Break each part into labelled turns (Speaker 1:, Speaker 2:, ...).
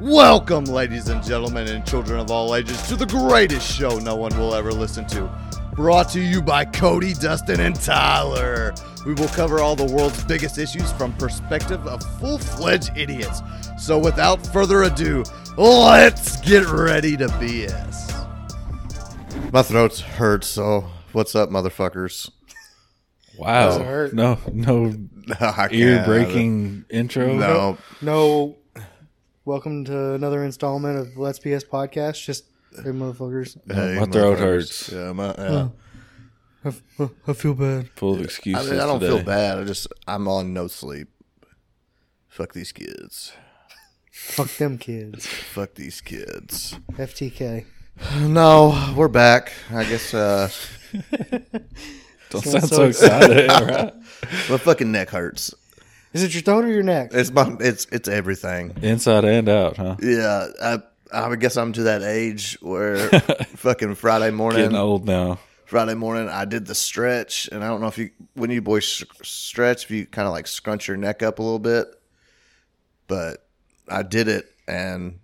Speaker 1: Welcome, ladies and gentlemen, and children of all ages, to the greatest show no one will ever listen to. Brought to you by Cody, Dustin, and Tyler. We will cover all the world's biggest issues from perspective of full-fledged idiots. So without further ado, let's get ready to BS. My throat's hurt, so what's up, motherfuckers?
Speaker 2: Wow.
Speaker 3: Does it hurt?
Speaker 2: No, no
Speaker 1: I
Speaker 2: ear
Speaker 1: can't.
Speaker 2: breaking intro.
Speaker 1: No,
Speaker 3: No. Welcome to another installment of Let's BS Podcast. Just hey, motherfuckers.
Speaker 1: Hey,
Speaker 2: My throat
Speaker 1: motherfuckers.
Speaker 2: hurts.
Speaker 1: Yeah, my, yeah.
Speaker 3: I, f- I feel bad.
Speaker 2: Full of
Speaker 1: I,
Speaker 2: excuses.
Speaker 1: mean, I don't
Speaker 2: today.
Speaker 1: feel bad. I just I'm on no sleep. Fuck these kids.
Speaker 3: Fuck them kids.
Speaker 1: Fuck these kids.
Speaker 3: FTK.
Speaker 1: No, we're back. I guess uh
Speaker 2: Don't sound
Speaker 3: Sounds so
Speaker 2: so excited. right?
Speaker 1: my fucking neck hurts.
Speaker 3: Is it your throat or your neck?
Speaker 1: It's my it's it's everything.
Speaker 2: Inside and out, huh?
Speaker 1: Yeah, I I guess I'm to that age where fucking Friday morning
Speaker 2: Getting old now.
Speaker 1: Friday morning I did the stretch and I don't know if you when you boys sh- stretch if you kind of like scrunch your neck up a little bit but I did it and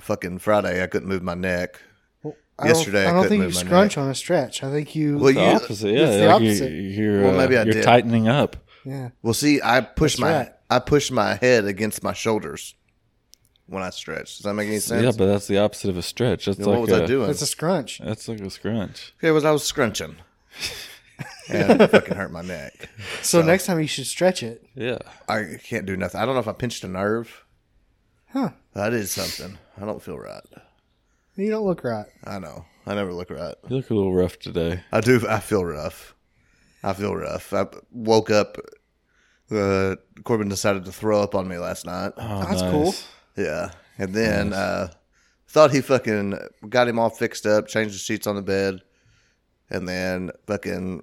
Speaker 1: fucking Friday I couldn't move my neck
Speaker 3: I don't-
Speaker 1: yesterday I
Speaker 3: I don't
Speaker 1: couldn't
Speaker 3: think you
Speaker 1: move my
Speaker 3: scrunch on a stretch. I think you.
Speaker 1: Well,
Speaker 2: The
Speaker 1: you-
Speaker 2: opposite, yeah.
Speaker 3: it's the
Speaker 2: like you-
Speaker 3: opposite.
Speaker 2: You're,
Speaker 1: Well,
Speaker 2: uh,
Speaker 1: maybe I
Speaker 2: you're
Speaker 1: did.
Speaker 2: tightening up.
Speaker 3: yeah.
Speaker 1: well see I push
Speaker 3: That's
Speaker 1: my
Speaker 3: right.
Speaker 1: I push my head against my shoulders when I stretch does that make any sense
Speaker 2: Yeah, but that's the opposite of a stretch. That's
Speaker 1: Then
Speaker 2: like
Speaker 1: what was
Speaker 2: a,
Speaker 1: I doing
Speaker 3: That's a scrunch.
Speaker 2: That's like a scrunch.
Speaker 1: okay was I was scrunching and it fucking hurt my neck
Speaker 3: So next time you should stretch it.
Speaker 2: Yeah.
Speaker 1: I can't do nothing I don't know if I pinched a nerve
Speaker 3: Huh.
Speaker 1: I did something I don't feel right
Speaker 3: You don't look right.
Speaker 1: I know I never look right
Speaker 2: You look a little rough today.
Speaker 1: I do. I feel rough. I feel rough. I woke up. Uh, Corbin decided to throw up on me last night.
Speaker 2: Oh,
Speaker 3: That's
Speaker 2: nice.
Speaker 3: cool.
Speaker 1: Yeah, and then uh, thought he fucking got him all fixed up, changed the sheets on the bed, and then fucking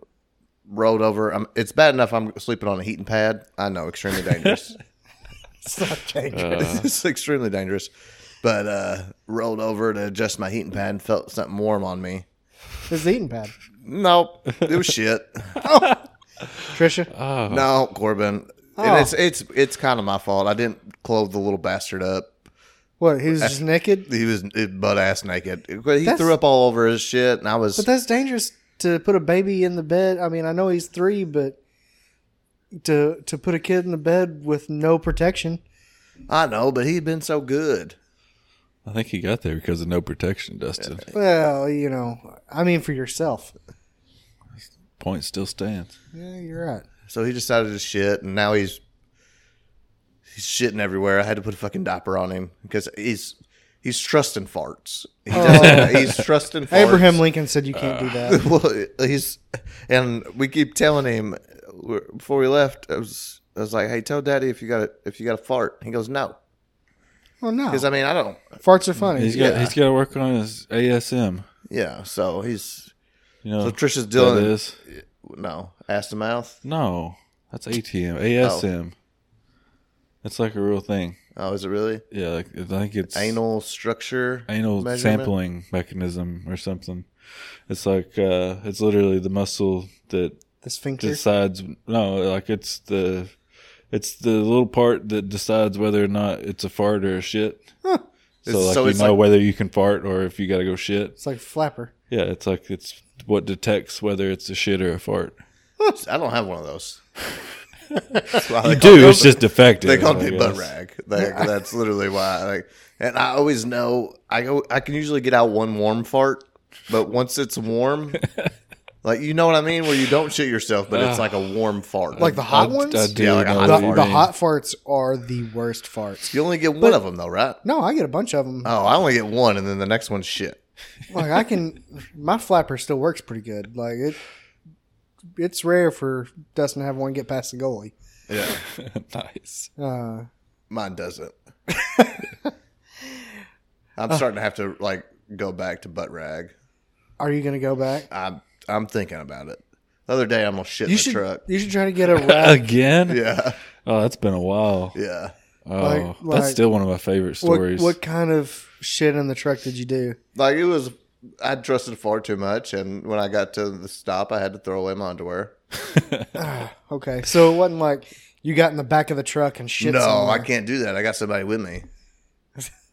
Speaker 1: rolled over. i it's bad enough I'm sleeping on a heating pad. I know, extremely dangerous.
Speaker 3: It's not dangerous.
Speaker 1: it's extremely dangerous. But uh, rolled over to adjust my heating pad and felt something warm on me.
Speaker 3: it's the eating pad.
Speaker 1: Nope, it was shit.
Speaker 3: Trisha.
Speaker 2: Oh,
Speaker 1: No, Corbin.
Speaker 3: Oh.
Speaker 1: And it's it's it's kind of my fault. I didn't clothe the little bastard up.
Speaker 3: What? He was just naked.
Speaker 1: He was butt ass naked. But he
Speaker 3: That's-
Speaker 1: threw up all over his shit, and I was
Speaker 3: But that's dangerous to put a baby in the bed. I mean, I know he's three, but to to put a kid in the bed with no protection.
Speaker 1: I know, but he'd been so good.
Speaker 2: I think he got there because of no protection, Dustin.
Speaker 3: Well, you know, I mean for yourself.
Speaker 2: Point still stands.
Speaker 3: Yeah, you're right.
Speaker 1: So he decided to shit, and now he's he's shitting everywhere. I had to put a fucking diaper on him because he's he's trusting farts. He doesn't- he's trusting farts. Uh,
Speaker 3: Abraham Lincoln said you can't do that.
Speaker 1: well, he's and we keep telling him before we left. I was I was like, "Hey, tell Daddy if you got a, if you got a fart." He goes, "No,"
Speaker 3: Well, no.
Speaker 1: because I mean, I don't.
Speaker 3: Farts are funny.
Speaker 2: He's got
Speaker 1: Yeah.
Speaker 2: he's got to work on his ASM.
Speaker 1: Yeah, so he's
Speaker 2: You know,
Speaker 1: so Trisha's
Speaker 2: what that
Speaker 1: doing
Speaker 2: is.
Speaker 1: no ass to mouth.
Speaker 2: No, that's ATM. ASM. It's like a real thing.
Speaker 1: Oh, is it really
Speaker 2: Yeah, like, I think it's
Speaker 1: anal structure?
Speaker 2: anal
Speaker 1: measurement?
Speaker 2: sampling mechanism or something. It's like uh, it's literally the muscle that
Speaker 3: the sphincter.
Speaker 2: decides. No, like it's the it's the little part that decides whether or not it's a fart or a shit. So
Speaker 1: It's-
Speaker 2: like
Speaker 1: so
Speaker 2: you
Speaker 1: it's
Speaker 2: know
Speaker 1: like-
Speaker 2: whether you can fart or if you got to go shit.
Speaker 3: it's like flapper.
Speaker 2: Yeah, it's like it's what detects whether it's a shit or a fart.
Speaker 1: I don't have one of those. That's why they
Speaker 2: You
Speaker 1: call-
Speaker 2: do. It's just defective.
Speaker 1: They called
Speaker 2: I
Speaker 1: me butt
Speaker 2: guess.
Speaker 1: rag. Like, that's literally why. Like, and I always know I go. I can usually get out one warm fart, but once it's warm, like you know what I mean, where you don't shit yourself, but it's like a warm fart.
Speaker 3: Like the hot
Speaker 2: I-
Speaker 3: ones?
Speaker 2: I do
Speaker 1: Yeah, like a
Speaker 2: know
Speaker 1: hot
Speaker 3: the,
Speaker 2: what you
Speaker 1: fart.
Speaker 3: the
Speaker 2: mean.
Speaker 3: hot farts are the worst farts.
Speaker 1: you only get one of them though, right?
Speaker 3: No, I get a bunch of them.
Speaker 1: Oh, I only get one, and then the next one's shit.
Speaker 3: like I can my flapper still works pretty good. Like it it's rare for Dustin to have one get past the goalie.
Speaker 1: Yeah,
Speaker 2: nice.
Speaker 3: Uh,
Speaker 1: mine doesn't. I'm starting to have to like go back to butt rag.
Speaker 3: are you going to go back?
Speaker 1: I'm I'm thinking about it. The other day, I'm gonna shit
Speaker 3: You
Speaker 1: in the
Speaker 3: should
Speaker 1: truck.
Speaker 3: you should try to get a rag.
Speaker 2: Again?
Speaker 1: Yeah,
Speaker 2: Oh, that's been a while.
Speaker 1: yeah.
Speaker 2: Oh,
Speaker 3: Like- like-
Speaker 2: that's still one of my favorite
Speaker 3: what,
Speaker 2: stories.
Speaker 3: what kind of shit in the truck did you do?
Speaker 1: Like it was, I trusted far too much, and when I got to the stop, I had to throw away my underwear.
Speaker 3: Okay, so it wasn't like you got in the back of the truck and shit.
Speaker 1: no,
Speaker 3: somewhere.
Speaker 1: I can't do that. I got somebody with me.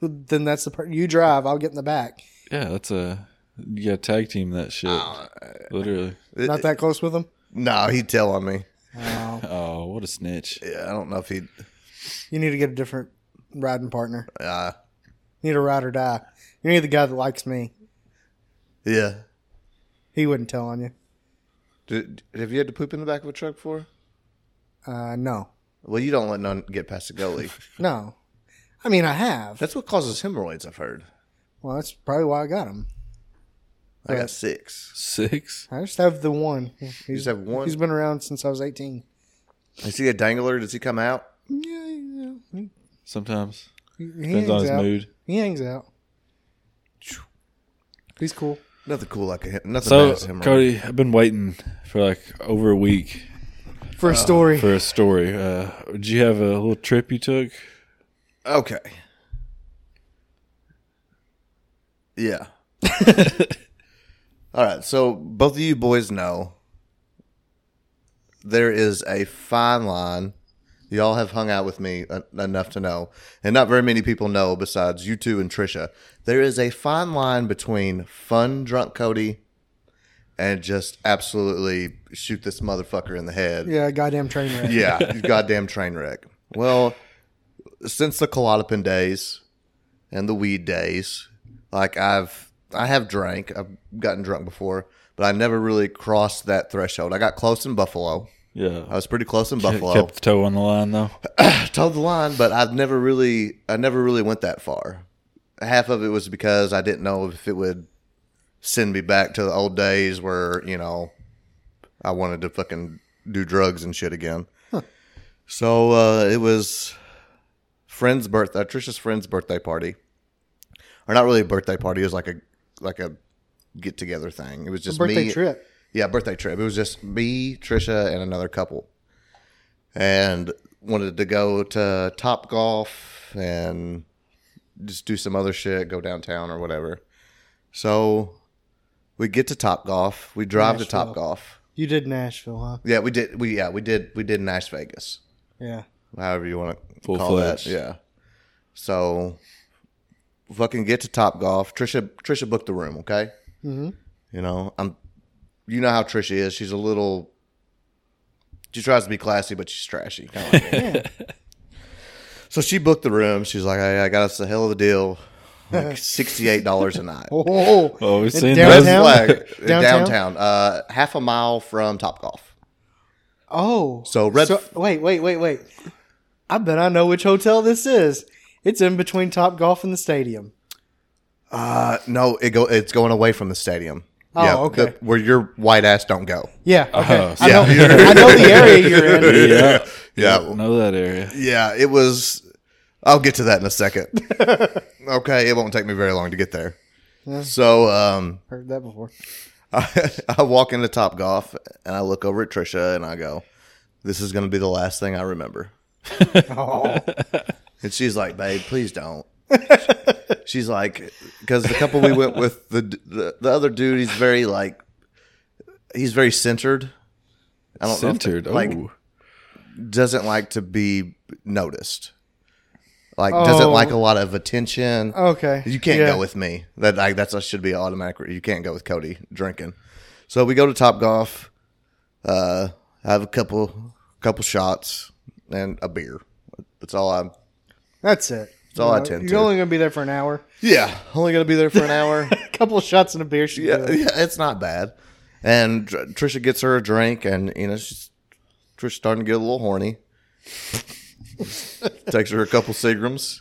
Speaker 3: then that's the part you drive. I'll get in the back.
Speaker 2: Yeah, that's a you got tag team that shit.
Speaker 1: Oh,
Speaker 2: Literally.
Speaker 3: Not that close with him.
Speaker 1: No, he'd tell on me.
Speaker 2: Oh, what a snitch.
Speaker 1: Yeah, I don't know if he'd.
Speaker 3: You need to get a different riding partner.
Speaker 1: Uh,
Speaker 3: You need a ride or die. You need the guy that likes me.
Speaker 1: yeah.
Speaker 3: He wouldn't tell on you.
Speaker 1: Did, have you had to poop in the back of a truck before?
Speaker 3: Uh, no,
Speaker 1: Well, you don't let none get past the gully.
Speaker 3: no. I mean, I have.
Speaker 1: That's what causes hemorrhoids, I've heard.
Speaker 3: Well, that's probably why I got him.
Speaker 1: I got six.
Speaker 2: Six?
Speaker 3: I just have the one.
Speaker 1: You
Speaker 3: He's,
Speaker 1: just have one.
Speaker 3: he's been around since I was eighteen.
Speaker 1: You see a dangler? Does he come out?
Speaker 3: Yeah, yeah. He,
Speaker 2: Sometimes.
Speaker 3: he
Speaker 2: Depends
Speaker 3: hangs
Speaker 2: on his
Speaker 3: out.
Speaker 2: mood.
Speaker 3: He hangs out. He's cool.
Speaker 1: Nothing cool like a hem- nothing bad
Speaker 2: So
Speaker 1: as a hemorrhoid.
Speaker 2: Cody, I've been waiting for like over a week
Speaker 1: Uh,
Speaker 3: For a story,
Speaker 2: for a story. Uh do you have a little trip you took?
Speaker 1: Okay. Yeah. All right. So both of you boys know there is a fine line. Y'all have hung out with me en- enough to know, and not very many people know besides you two and Trisha. There is a fine line between fun drunk Cody and just absolutely shoot this motherfucker in the head.
Speaker 3: yeah, goddamn train wreck.
Speaker 1: Yeah, you goddamn train wreck. Well, since the Klonopin days and the weed days, like I've I have drank. I've gotten drunk before, but I never really crossed that threshold. I got close in Buffalo.
Speaker 2: Yeah.
Speaker 1: I was pretty close in
Speaker 2: Kept-
Speaker 1: Buffalo.
Speaker 2: Kept the toe on the line though.
Speaker 1: Told the line, but I've never really I never really went that far. Half of it was because I didn't know if it would send me back to the old days where, you know, I wanted to fucking do drugs and shit again. So uh, it was friend's birthday, Trisha's friend's birthday party, or not really a birthday party. It was like a like a get together thing. It was just
Speaker 3: Birthday
Speaker 1: me,
Speaker 3: trip.
Speaker 1: yeah, birthday trip. It was just me, Trisha, and another couple, and wanted to go to Top Golf and just do some other shit, go downtown or whatever. So we get to Top Golf. We drive to
Speaker 3: Nashville.
Speaker 1: Top Golf.
Speaker 3: You did Nashville, huh?
Speaker 1: Yeah, we did. We yeah, we did. We did Nash Vegas,
Speaker 3: Yeah.
Speaker 1: however you want to
Speaker 2: Full
Speaker 1: call
Speaker 2: fledged.
Speaker 1: that. Yeah. So fucking get to Top Golf. Trisha Trisha booked the room. Okay.
Speaker 3: Mm-hmm.
Speaker 1: You know, I'm. You know how Trisha is. She's a little. She tries to be classy, but she's trashy. Kind of like me.
Speaker 3: Yeah.
Speaker 1: so she booked the room. She's like, "Hey, I got us a hell of a deal, like sixty-eight dollars a night."
Speaker 3: Oh, oh, oh.
Speaker 2: Oh, we've
Speaker 3: And
Speaker 2: seen
Speaker 1: Red
Speaker 2: those.
Speaker 3: downtown?
Speaker 1: flag. downtown,
Speaker 3: Downtown?
Speaker 1: uh, half a mile from Top Golf.
Speaker 3: Oh.
Speaker 1: So Red-
Speaker 3: wait, wait, wait, wait. I bet I know which hotel this is. It's in between Top Golf and the stadium.
Speaker 1: Uh, no, it go. It's going away from the stadium.
Speaker 3: Oh, okay.
Speaker 1: the- where your white ass don't go.
Speaker 3: Yeah. Okay.
Speaker 2: Oh,
Speaker 3: I, know,
Speaker 1: yeah.
Speaker 3: I know the area you're in.
Speaker 2: Yeah.
Speaker 1: Yeah.
Speaker 2: Know that area.
Speaker 1: Yeah, it was. I'll get to that in a second. okay, it won't take me very long to get there. So, um,
Speaker 3: Heard that before.
Speaker 1: I, I walk into Top Golf and I look over at Trisha and I go, "This is going to be the last thing I remember."
Speaker 3: Oh.
Speaker 1: And she's like, "Babe, please don't." she's like, because the couple we went with, the, the the other dude, he's very like, he's very centered. I don't know if-
Speaker 2: Centered. Oh.
Speaker 1: like doesn't like to be noticed. Like doesn't
Speaker 3: Oh.
Speaker 1: like a lot of attention.
Speaker 3: Okay.
Speaker 1: You can't
Speaker 3: Yeah.
Speaker 1: go with me. That like that's that should be an automatic. You can't go with Cody drinking. So we go to Top Golf. Uh, have a couple couple shots and a beer. That's all I'm.
Speaker 3: That's it. That's
Speaker 1: all I tend
Speaker 3: You're
Speaker 1: to.
Speaker 3: only gonna be there for an hour.
Speaker 1: Yeah, only gonna be there for an hour.
Speaker 3: A couple of shots and a beer should
Speaker 1: yeah,
Speaker 3: do it.
Speaker 1: yeah, it's not bad. And Tr- Trisha gets her a drink, and you know she's Trisha's starting to get a little horny. Takes her a couple Seagrams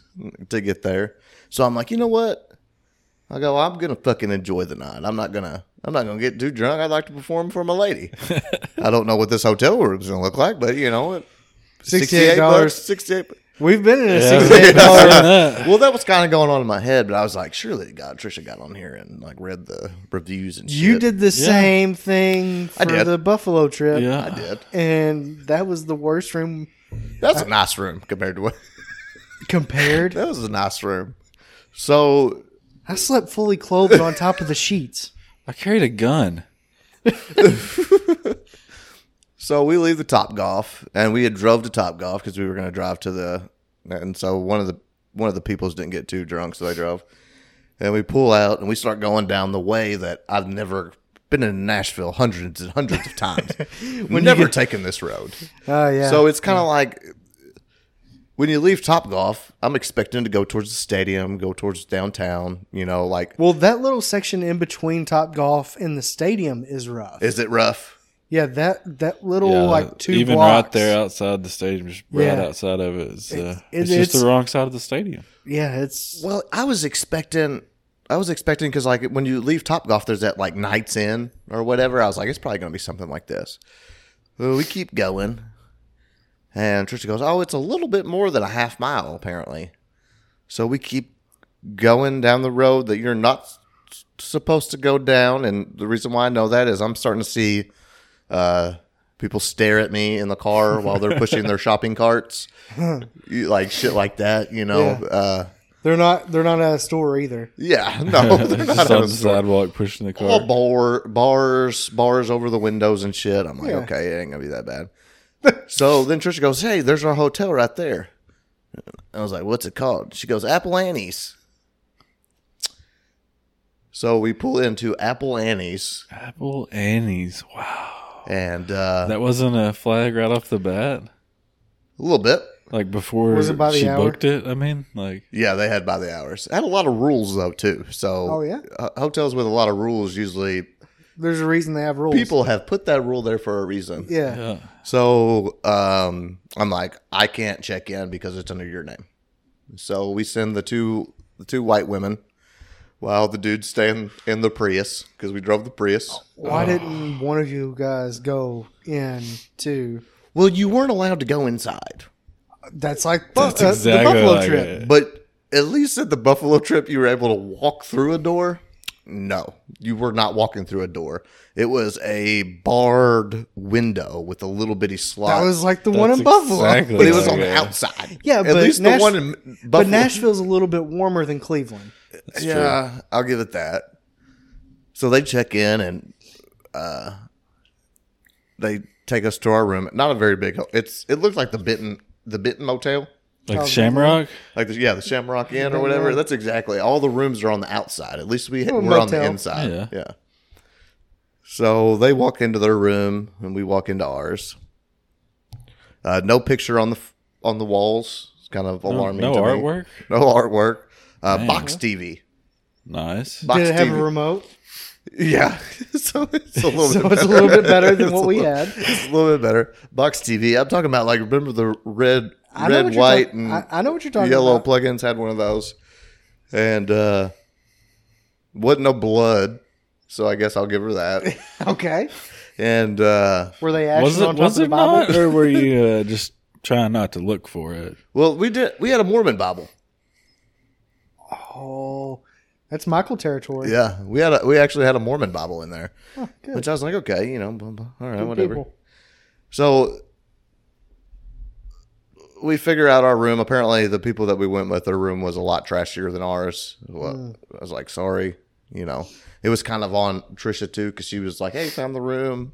Speaker 1: to get there. So I'm like, you know what? I go, I'm gonna fucking enjoy the night. I'm not gonna, I'm not gonna get too drunk. I'd like to perform for my lady. I don't know what this hotel room's gonna look like, but you know it.
Speaker 3: $68.
Speaker 1: bucks, Sixty-eight.
Speaker 3: We've been in a
Speaker 2: Yeah.
Speaker 3: six day bar.
Speaker 1: Well, that was kind of going on in my head, but I was like, surely God, Trisha got on here and like read the reviews and shit.
Speaker 3: You did the
Speaker 2: Yeah.
Speaker 3: same thing for
Speaker 1: did.
Speaker 3: the Buffalo trip.
Speaker 2: Yeah.
Speaker 1: I did.
Speaker 3: And that was the worst room
Speaker 1: That's a nice room compared to what.
Speaker 3: compared.
Speaker 1: That was a nice room. So
Speaker 3: I slept fully clothed on top of the sheets.
Speaker 2: I carried a gun.
Speaker 1: so we leave the Top Golf, and we had drove to Top Golf because we were going to drive to the. And so one of the one of the peoples didn't get too drunk, so they drove. And we pull out and we start going down the way that I've never been in Nashville hundreds and hundreds of times. We've never taken this road.
Speaker 3: Oh yeah.
Speaker 1: So it's kind of like when you leave Top Golf, I'm expecting to go towards the stadium, go towards downtown, you know, like
Speaker 3: well, that little section in between Top Golf and the stadium is rough.
Speaker 1: is it rough?
Speaker 3: yeah, that that little like two
Speaker 2: even
Speaker 3: blocks.
Speaker 2: right there outside the stadium, just right
Speaker 3: Yeah.
Speaker 2: outside of it. It's, uh,
Speaker 3: It-
Speaker 2: it's,
Speaker 3: it's-
Speaker 2: just the wrong side of the stadium.
Speaker 3: Yeah, it's
Speaker 1: Well, I was expecting I was expecting cuz like when you leave Top Golf there's that like Nights Inn or whatever. I was like it's probably going to be something like this. Well, we keep going. And Trisha goes, "Oh, it's a little bit more than a half mile apparently." So we keep going down the road that you're not s- supposed to go down and the reason why I know that is I'm starting to see uh people stare at me in the car while they're pushing their shopping carts. You- like shit like that, you know.
Speaker 3: Yeah.
Speaker 1: Uh
Speaker 3: they're not they're not at a store either.
Speaker 1: yeah, no, they're not
Speaker 2: It's just on
Speaker 1: having
Speaker 2: the sidewalk pushing the car.
Speaker 3: Oh,
Speaker 1: all bar, bars, bars over the windows and shit. I'm like,
Speaker 3: Yeah.
Speaker 1: okay, it ain't gonna be that bad. so then Trisha goes, "Hey, there's our hotel right there." I was like, "What's it called?" She goes, "Apple Annie's." So we pull into Apple Annie's,
Speaker 2: Apple Annie's. Wow.
Speaker 1: and uh,
Speaker 2: That wasn't a flag right off the bat.
Speaker 1: a little bit.
Speaker 2: Like before
Speaker 3: Was it by the
Speaker 2: she
Speaker 3: hour?
Speaker 2: booked it. I mean, like
Speaker 1: Yeah, they had by the hours. Had a lot of rules though too. So
Speaker 3: Oh, yeah?
Speaker 1: ho- hotels with a lot of rules usually
Speaker 3: There's a reason they have rules.
Speaker 1: people have put that rule there for a reason.
Speaker 3: Yeah.
Speaker 2: yeah.
Speaker 1: So um, I'm like, I can't check in because it's under your name. So we send the two the two white women while the dudes stay in, in the Prius because we drove the Prius.
Speaker 3: Why
Speaker 2: Uh.
Speaker 3: didn't one of you guys go in to?
Speaker 1: Well, you weren't allowed to go inside,
Speaker 3: That's like
Speaker 2: That's
Speaker 3: uh,
Speaker 2: exactly
Speaker 3: the Buffalo
Speaker 2: like
Speaker 3: trip.
Speaker 2: it.
Speaker 1: but at least at the Buffalo trip, you were able to walk through a door. No, you were not walking through a door. It was a barred window with a little bitty slot.
Speaker 3: That was like the one
Speaker 2: That's
Speaker 3: in Buffalo.
Speaker 2: exactly
Speaker 1: but it was
Speaker 2: like
Speaker 1: on the
Speaker 2: it.
Speaker 1: outside.
Speaker 3: Yeah,
Speaker 1: at
Speaker 3: but
Speaker 1: least
Speaker 3: Nash-
Speaker 1: the one in Buffalo.
Speaker 3: But Nashville's a little bit warmer than Cleveland.
Speaker 1: yeah, I'll give it that. So they check in and uh, they take us to our room. Not a very big. ho- It's it looked like the Benton the Benton Motel,
Speaker 2: Like the Shamrock.
Speaker 1: like the, yeah the Shamrock Inn or whatever. That's exactly all the rooms are on the outside. At least we
Speaker 3: Little
Speaker 1: we're on the
Speaker 3: motel.
Speaker 1: inside.
Speaker 2: Yeah.
Speaker 1: yeah. So they walk into their room and we walk into ours. Uh, no picture on the f- on the walls. It's kind of alarming.
Speaker 2: no
Speaker 1: to me.
Speaker 2: artwork?
Speaker 1: No artwork. Uh,
Speaker 2: Man.
Speaker 1: box TV.
Speaker 2: Nice.
Speaker 1: Box
Speaker 3: Did it have
Speaker 1: TV.
Speaker 3: a remote?
Speaker 1: Yeah, so it's a little
Speaker 3: So
Speaker 1: bit
Speaker 3: it's
Speaker 1: better.
Speaker 3: a little bit better than
Speaker 1: It's
Speaker 3: what
Speaker 1: a
Speaker 3: we
Speaker 1: little-
Speaker 3: had.
Speaker 1: It's a little bit better. Box TV. I'm talking about like remember the red,
Speaker 3: I know
Speaker 1: red,
Speaker 3: what you're
Speaker 1: white,
Speaker 3: talking-
Speaker 1: and
Speaker 3: I- I know what you're talking
Speaker 1: yellow
Speaker 3: about.
Speaker 1: plugins had one of those, and uh wasn't no blood, so I guess I'll give her that.
Speaker 3: Okay.
Speaker 1: and uh
Speaker 3: Were they
Speaker 2: Was
Speaker 3: actually on
Speaker 2: it
Speaker 3: top
Speaker 2: was
Speaker 3: of
Speaker 2: it
Speaker 3: the Bible?
Speaker 2: not or were you uh, just trying not to look for it?
Speaker 1: well, we did. We had a Mormon Bible.
Speaker 3: Oh, that's Michael territory.
Speaker 1: Yeah, we had. A, we actually had a Mormon Bible in there,
Speaker 3: Oh, good.
Speaker 1: which I was like, okay, you know, blah, blah, all right,
Speaker 3: Good
Speaker 1: whatever.
Speaker 3: people.
Speaker 1: So we figure out our room. Apparently, the people that we went with, their room was a lot trashier than ours. Well, I was like, sorry, you know. It was kind of on Trisha too because she was like, "Hey, found the room,"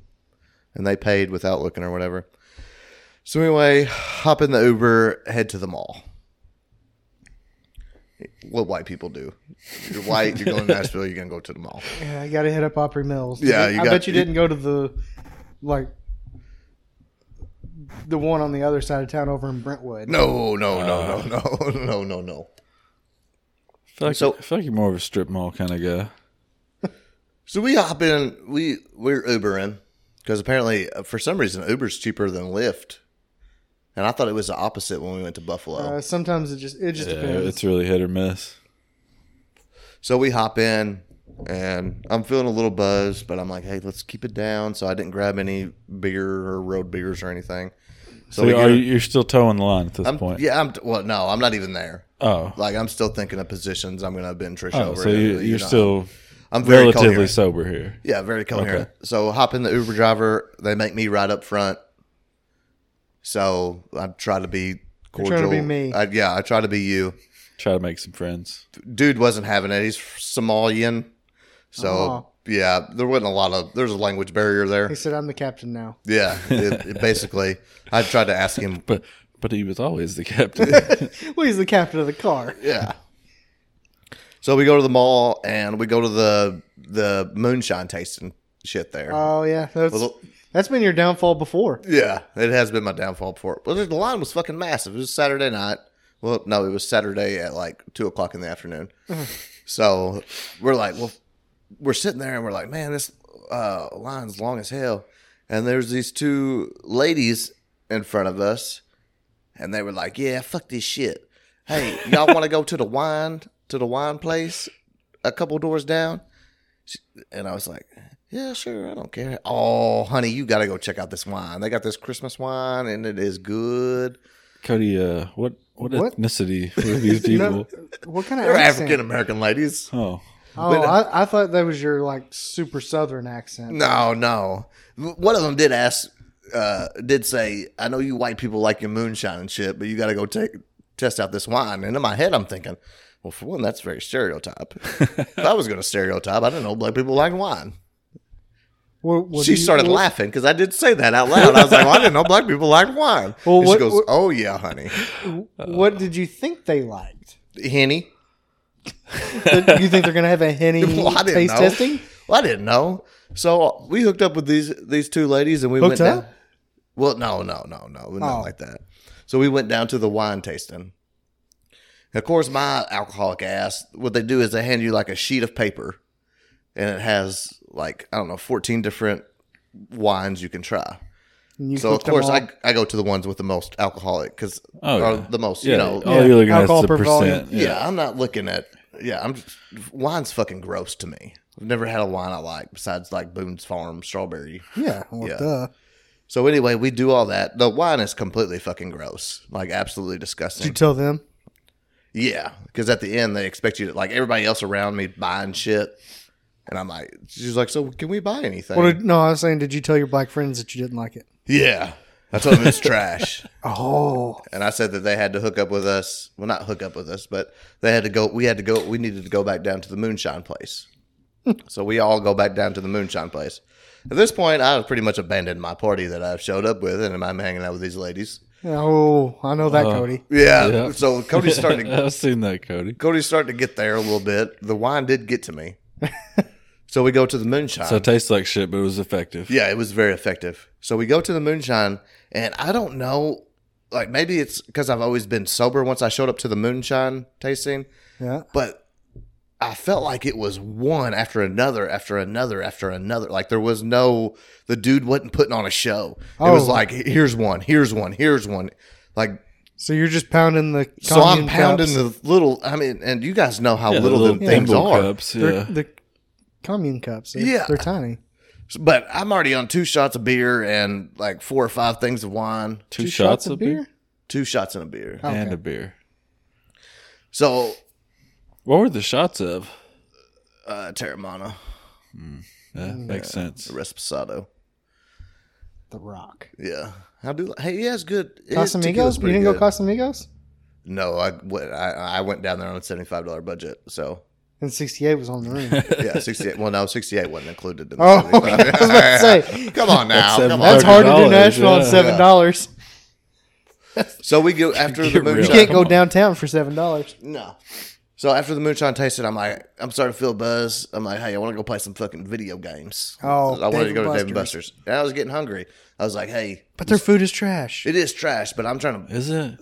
Speaker 1: and they paid without looking or whatever. So anyway, hop in the Uber, head to the mall. What white people do? You're white. You're going to Nashville. You're gonna go to the mall.
Speaker 3: Yeah, I got to hit up Opry Mills.
Speaker 1: Yeah,
Speaker 3: I,
Speaker 1: you
Speaker 3: I
Speaker 1: got-
Speaker 3: bet you
Speaker 1: you-
Speaker 3: didn't go to the like the one on the other side of town over in Brentwood.
Speaker 1: No, no, no, no, no, no, no, no.
Speaker 2: I feel like
Speaker 1: So-
Speaker 2: I feel like you're more of a strip mall kind of guy.
Speaker 1: So we hop in, we we're Ubering because apparently uh, for some reason Uber's cheaper than Lyft, and I thought it was the opposite when we went to Buffalo.
Speaker 3: Uh, sometimes it just it just
Speaker 2: Yeah,
Speaker 3: depends.
Speaker 2: it's really hit or miss.
Speaker 1: so we hop in, and I'm feeling a little buzzed, but I'm like, hey, let's keep it down. So I didn't grab any beer or road beers or anything.
Speaker 2: So,
Speaker 1: we
Speaker 2: are
Speaker 1: get-
Speaker 2: you, you're still toeing the line at this
Speaker 1: I'm,
Speaker 2: point?
Speaker 1: yeah, I'm well, no, I'm not even there.
Speaker 2: Oh,
Speaker 1: Like I'm still thinking of positions. I'm gonna bend Trish
Speaker 2: oh
Speaker 1: over.
Speaker 2: so
Speaker 1: in,
Speaker 2: you,
Speaker 1: but,
Speaker 2: you're
Speaker 1: know,
Speaker 2: still
Speaker 1: I'm very
Speaker 2: relatively
Speaker 1: coherent.
Speaker 2: sober here.
Speaker 1: Yeah, very coherent. So hop in the Uber driver. They make me ride up front. So I try to be
Speaker 3: You're
Speaker 1: cordial.
Speaker 3: trying to be me.
Speaker 1: I, yeah, I try to be you.
Speaker 2: Try to make some friends.
Speaker 1: Dude wasn't having it. He's Somalian. So
Speaker 3: Oh.
Speaker 1: yeah, there wasn't a lot of. There's a language barrier there.
Speaker 3: He said, "I'm the captain now."
Speaker 1: Yeah, it, it basically. I tried to ask him.
Speaker 2: But But he was always the captain.
Speaker 3: Well, he's the captain of the car.
Speaker 1: Yeah. So we go to the mall and we go to the the moonshine tasting shit there.
Speaker 3: Oh yeah, that's
Speaker 1: Well,
Speaker 3: that's been your downfall before.
Speaker 1: yeah, it has been my downfall before. Well, the line was fucking massive. It was Saturday night. Well, no, it was Saturday at like two o'clock in the afternoon. so we're like, well, we're sitting there and we're like, man, this uh, line's long as hell. And there's these two ladies in front of us, and they were like, yeah, fuck this shit. Hey, y'all want to go to the wine to the wine place a couple doors down? She- And I was like, yeah, sure, I don't care. Oh, honey, you got to go check out this wine. They got this Christmas wine, and it is good.
Speaker 2: Cody, uh, what, what
Speaker 3: What?
Speaker 2: ethnicity were these people?
Speaker 3: No, what kind of
Speaker 1: They're
Speaker 3: accent?
Speaker 1: African American ladies.
Speaker 2: Oh,
Speaker 3: Oh, I, I thought that was your like super southern accent.
Speaker 1: No, no. One of them did ask, uh, did say, "I know you white people like your moonshine and shit, but you got to go take test out this wine." And in my head, I'm thinking, well, for one, that's very stereotype. if I was going to stereotype, I didn't know black people like wine.
Speaker 3: What- what
Speaker 1: she
Speaker 3: do you-
Speaker 1: started
Speaker 3: what-
Speaker 1: laughing because I did say that out loud. I was like, well, I didn't know black people like wine.
Speaker 3: Well,
Speaker 1: and
Speaker 3: what-
Speaker 1: she goes,
Speaker 3: what-
Speaker 1: "Oh yeah, honey,
Speaker 3: What did you think they liked?
Speaker 1: henny."
Speaker 3: you think they're gonna have a henny
Speaker 1: Well, I didn't
Speaker 3: taste
Speaker 1: know.
Speaker 3: testing?
Speaker 1: Well, I didn't know. So uh, we hooked up with these these two ladies, and we went
Speaker 3: Hooked
Speaker 1: down.
Speaker 3: up?
Speaker 1: Well, no, no, no, no, not
Speaker 3: Oh.
Speaker 1: like that. So we went down to the wine tasting. Of course, my alcoholic ass. What they do is they hand you like a sheet of paper, and it has like I don't know, fourteen different wines you can try.
Speaker 3: And you
Speaker 1: so of
Speaker 3: cooked them
Speaker 1: course,
Speaker 3: all?
Speaker 1: I I go to the ones with the most alcoholic because
Speaker 2: Oh,
Speaker 1: are
Speaker 2: yeah.
Speaker 1: the most
Speaker 2: yeah.
Speaker 1: you know.
Speaker 2: all you're looking at is
Speaker 3: Alcohol
Speaker 2: the
Speaker 3: per volume.
Speaker 2: percent.
Speaker 1: Yeah. I'm not looking at. Yeah, I'm. Just, wine's fucking gross to me. I've never had a wine I like besides like Boone's Farm strawberry.
Speaker 3: yeah, well,
Speaker 1: Yeah.
Speaker 3: duh.
Speaker 1: So anyway, we do all that. The wine is completely fucking gross, like absolutely
Speaker 3: Did you
Speaker 1: disgusting.
Speaker 3: tell them?
Speaker 1: yeah, because at the end they expect you to like everybody else around me buying shit, and I'm like, she's like, so can we buy anything?
Speaker 3: Well, did- no, I was saying, did you tell your black friends that you didn't like it?
Speaker 1: yeah, I told them it's trash.
Speaker 3: Oh,
Speaker 1: and I said that they had to hook up with us. Well, not hook up with us, but they had to go. We had to go. We needed to go back down to the moonshine place. so we all go back down to the moonshine place. At this point, I've pretty much abandoned my party that I've showed up with, and I'm hanging out with these ladies.
Speaker 3: oh, I know that, Cody.
Speaker 1: Yeah.
Speaker 2: Yeah.
Speaker 1: So Cody's starting. To,
Speaker 2: I've seen that, Cody.
Speaker 1: Cody's starting to get there a little bit. The wine did get to me. so we go to the moonshine.
Speaker 2: So it tastes like shit, but it was effective.
Speaker 1: Yeah, it was very effective. So we go to the moonshine, and I don't know, like maybe it's because I've always been sober once I showed up to the moonshine tasting,
Speaker 3: Yeah,
Speaker 1: but I felt like it was one after another, after another, after another. Like there was no, the dude wasn't putting on a show. It was
Speaker 3: Oh.
Speaker 1: like, here's one, here's one, here's one. Like,
Speaker 3: so you're just pounding the.
Speaker 1: so I'm
Speaker 3: commune
Speaker 1: pounding
Speaker 3: cups.
Speaker 1: the little, I mean, and you guys know how
Speaker 2: Yeah, the
Speaker 1: little, them things
Speaker 2: thimble
Speaker 1: are.
Speaker 2: Cups,
Speaker 3: They're-
Speaker 2: yeah.
Speaker 3: the commune cups. They're,
Speaker 1: Yeah.
Speaker 3: they're tiny.
Speaker 1: But I'm already on two shots of beer and like four or five things of wine,
Speaker 2: Two, shots, of beer,
Speaker 1: two shots and a beer.
Speaker 3: Okay.
Speaker 2: and a beer.
Speaker 1: So
Speaker 2: What were the shots of?
Speaker 1: uh, Terramana,
Speaker 2: Yeah, Makes sense.
Speaker 1: Resposado.
Speaker 3: The Rock.
Speaker 1: Yeah, I do. Hey, he has good. his tequila's
Speaker 3: Casamigos? You
Speaker 1: pretty
Speaker 3: didn't
Speaker 1: good.
Speaker 3: go Casamigos?
Speaker 1: no, I went. I, I went down there on a seventy-five dollar budget. So
Speaker 3: And 68 was on the ring.
Speaker 1: yeah, sixty-eight. well, no, sixty-eight wasn't included. In the
Speaker 3: Oh, okay.
Speaker 1: 75.
Speaker 3: I was about to say.
Speaker 1: Come on now. Come
Speaker 2: That's seven-
Speaker 1: on.
Speaker 3: That's hard to do
Speaker 2: $100,
Speaker 3: national
Speaker 2: yeah.
Speaker 3: on seven dollars.
Speaker 1: So we go after the
Speaker 2: Get real.
Speaker 1: moonshine.
Speaker 3: You can't
Speaker 2: Come
Speaker 3: go
Speaker 2: on.
Speaker 3: downtown for seven dollars.
Speaker 1: No. So after the moonshine tasted, I'm like, I'm starting to feel buzz. I'm like, hey, I want to go play some fucking video games.
Speaker 3: Oh,
Speaker 1: I wanted to
Speaker 3: Dave
Speaker 1: go
Speaker 3: and
Speaker 1: to Dave and
Speaker 3: Buster's.
Speaker 1: Buster's, and I was getting hungry. I was like, hey,
Speaker 3: But their food is trash.
Speaker 1: it is trash, but I'm trying to
Speaker 2: Is it?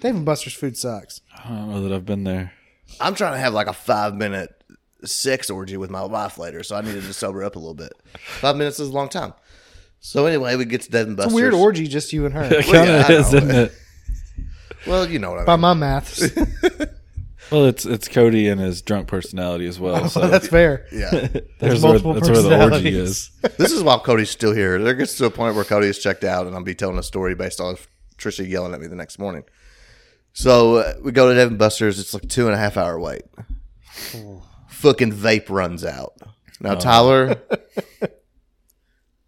Speaker 3: Dave and Buster's food sucks.
Speaker 2: I don't know that I've been there.
Speaker 1: I'm trying to have like a five minute sex orgy with my wife later, so I needed to sober up a little bit. Five minutes is a long time. So anyway, we get to Dead and Buster's.
Speaker 3: It's a weird orgy, just you and her.
Speaker 2: It kind
Speaker 1: yeah,
Speaker 2: of
Speaker 1: I
Speaker 2: is,
Speaker 1: know.
Speaker 2: isn't it?
Speaker 1: Well, you know what I
Speaker 3: By
Speaker 1: mean.
Speaker 3: my maths,
Speaker 2: Well, it's it's Cody and his drunk personality as well. So
Speaker 3: that's fair.
Speaker 1: Yeah,
Speaker 2: there's
Speaker 3: multiple
Speaker 2: where, that's where the orgy
Speaker 3: personalities.
Speaker 2: is.
Speaker 1: this is while Cody's still here. There gets to a point where Cody is checked out, and I'll be telling a story based on Trisha yelling at me the next morning. So uh, we go to Dead and Buster's. It's like two and a half hour wait. Fucking vape runs out. Now Tyler,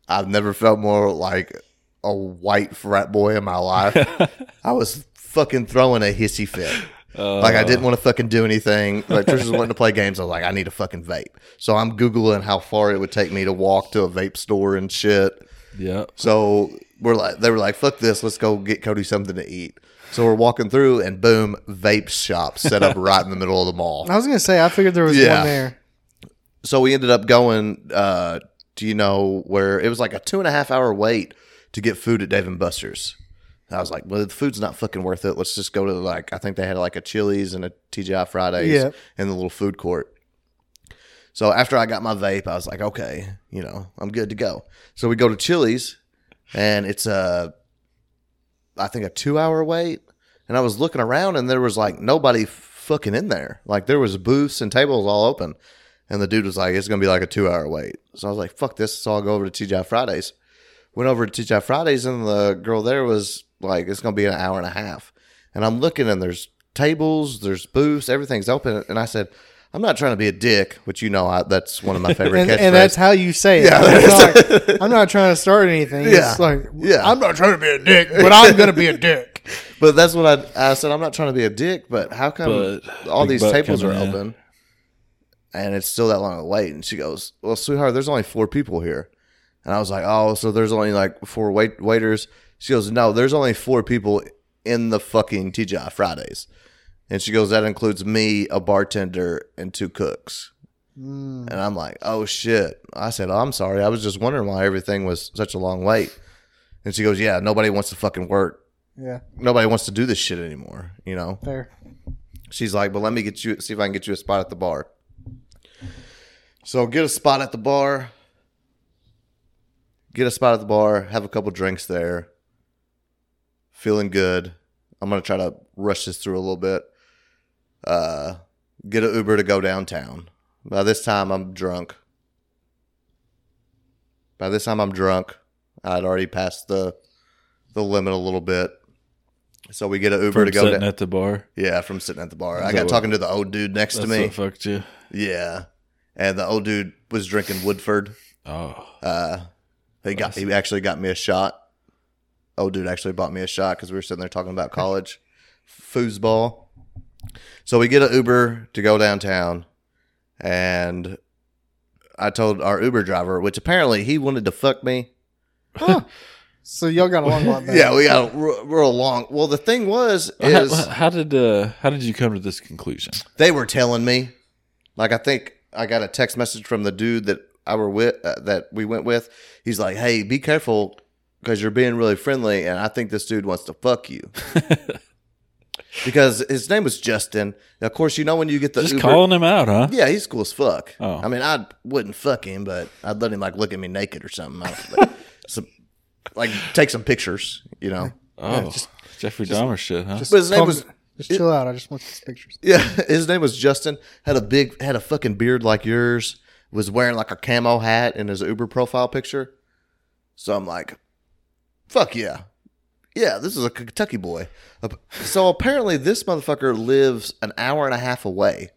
Speaker 1: I've never felt more like a white frat boy in my life. I was fucking throwing a hissy fit. like I didn't want to fucking do anything. Like Trisha was wanting to play games. I was like, I need a fucking vape. So I'm googling how far it would take me to walk to a vape store and shit.
Speaker 2: Yeah.
Speaker 1: So we're like, they were like, fuck this, let's go get Cody something to eat. So we're walking through, and boom, vape shop set up right in the middle of the mall.
Speaker 3: I was gonna say I figured there was
Speaker 1: Yeah.
Speaker 3: one there.
Speaker 1: So we ended up going. Uh, do you know where it was like a two and a half hour wait to get food at Dave and Buster's? And I was like, well, the food's not fucking worth it. Let's just go to like I think they had like a Chili's and a TGI Fridays
Speaker 3: Yeah.
Speaker 1: in the little food court. So after I got my vape, I was like, okay, you know, I'm good to go. So we go to Chili's, and it's a, I think a two hour wait. And I was looking around, and there was like nobody fucking in there. Like there was booths and tables all open, and the dude was like, it's gonna be like a two hour wait. So I was like, fuck this. So I'll go over to TGI Fridays. Went over to TGI Fridays, and the girl there was like, it's gonna be an hour and a half. And I'm looking, and there's tables, there's booths, everything's open. And I said. I'm not trying to be a dick, which you know I, that's one of my favorite
Speaker 3: And,
Speaker 1: catchphrases.
Speaker 3: and that's how you say it.
Speaker 1: Yeah,
Speaker 3: It's not like, I'm not trying to start anything.
Speaker 1: Yeah.
Speaker 3: It's like
Speaker 1: Yeah.
Speaker 3: I'm not trying to be a dick, but I'm gonna be a dick.
Speaker 1: But that's what I, I said. I'm not trying to be a dick, but how come
Speaker 2: But-
Speaker 1: all
Speaker 2: big
Speaker 1: these
Speaker 2: butt
Speaker 1: tables are
Speaker 2: coming in.
Speaker 1: open and it's still that long of a wait? And she goes, Well, sweetheart, there's only four people here. And I was like, Oh, so there's only like four wait- waiters. She goes, No, there's only four people in the fucking TGI Fridays. And she goes, That includes me, a bartender, and two cooks. And I'm like, Oh shit. I said, oh, I'm sorry. I was just wondering why everything was such a long wait. And she goes, Yeah, nobody wants to fucking work
Speaker 3: Yeah,
Speaker 1: nobody wants to do this shit anymore. You know,
Speaker 3: there.
Speaker 1: she's like, "But let me get you, see if I can get you a spot at the bar." So get a spot at the bar. Get a spot at the bar. Have a couple drinks there. Feeling good. I'm gonna try to rush this through a little bit. Uh, get an Uber to go downtown. By this time, I'm drunk. By this time, I'm drunk. I'd already passed the the limit a little bit. So we get an Uber
Speaker 2: From
Speaker 1: to go
Speaker 2: sitting
Speaker 1: down.
Speaker 2: at the bar.
Speaker 1: Yeah, from sitting at the bar. I
Speaker 2: Is
Speaker 1: got
Speaker 2: that
Speaker 1: talking to the old dude next
Speaker 2: That's
Speaker 1: to me.
Speaker 2: what fucked you.
Speaker 1: yeah. And the old dude was drinking Woodford.
Speaker 2: Oh.
Speaker 1: Uh, he got he actually got me a shot. Old dude actually bought me a shot because we were sitting there talking about college foosball. So we get an Uber to go downtown, and I told our Uber driver, which apparently he wanted to fuck me.
Speaker 3: So y'all got along like that.
Speaker 1: Yeah, we got we're, we're along. Well, the thing was
Speaker 2: How,
Speaker 1: is
Speaker 2: how did uh, how did you come to this conclusion?
Speaker 1: they were telling me like i think i got a text message from the dude that i were with uh, that we went with he's like hey be careful because you're being really friendly and i think this dude wants to fuck you because his name was justin of course you know when you get the
Speaker 2: Just
Speaker 1: Uber-
Speaker 2: calling him out, huh?
Speaker 1: yeah he's cool as fuck
Speaker 2: Oh.
Speaker 1: i mean i wouldn't fuck him but i'd let him like look at me naked or something I don't- like, some, like take some pictures you know
Speaker 2: Oh, Jeffrey Dahmer shit, huh?
Speaker 3: Just
Speaker 1: But his name
Speaker 3: calm-
Speaker 1: was-
Speaker 3: Just chill out. I just want these pictures.
Speaker 1: Yeah, his name was Justin. Had a big, had a fucking beard like yours. Was wearing like a camo hat in his Uber profile picture. So I'm like, fuck yeah, yeah, this is a Kentucky boy. So apparently, this motherfucker lives an hour and a half away,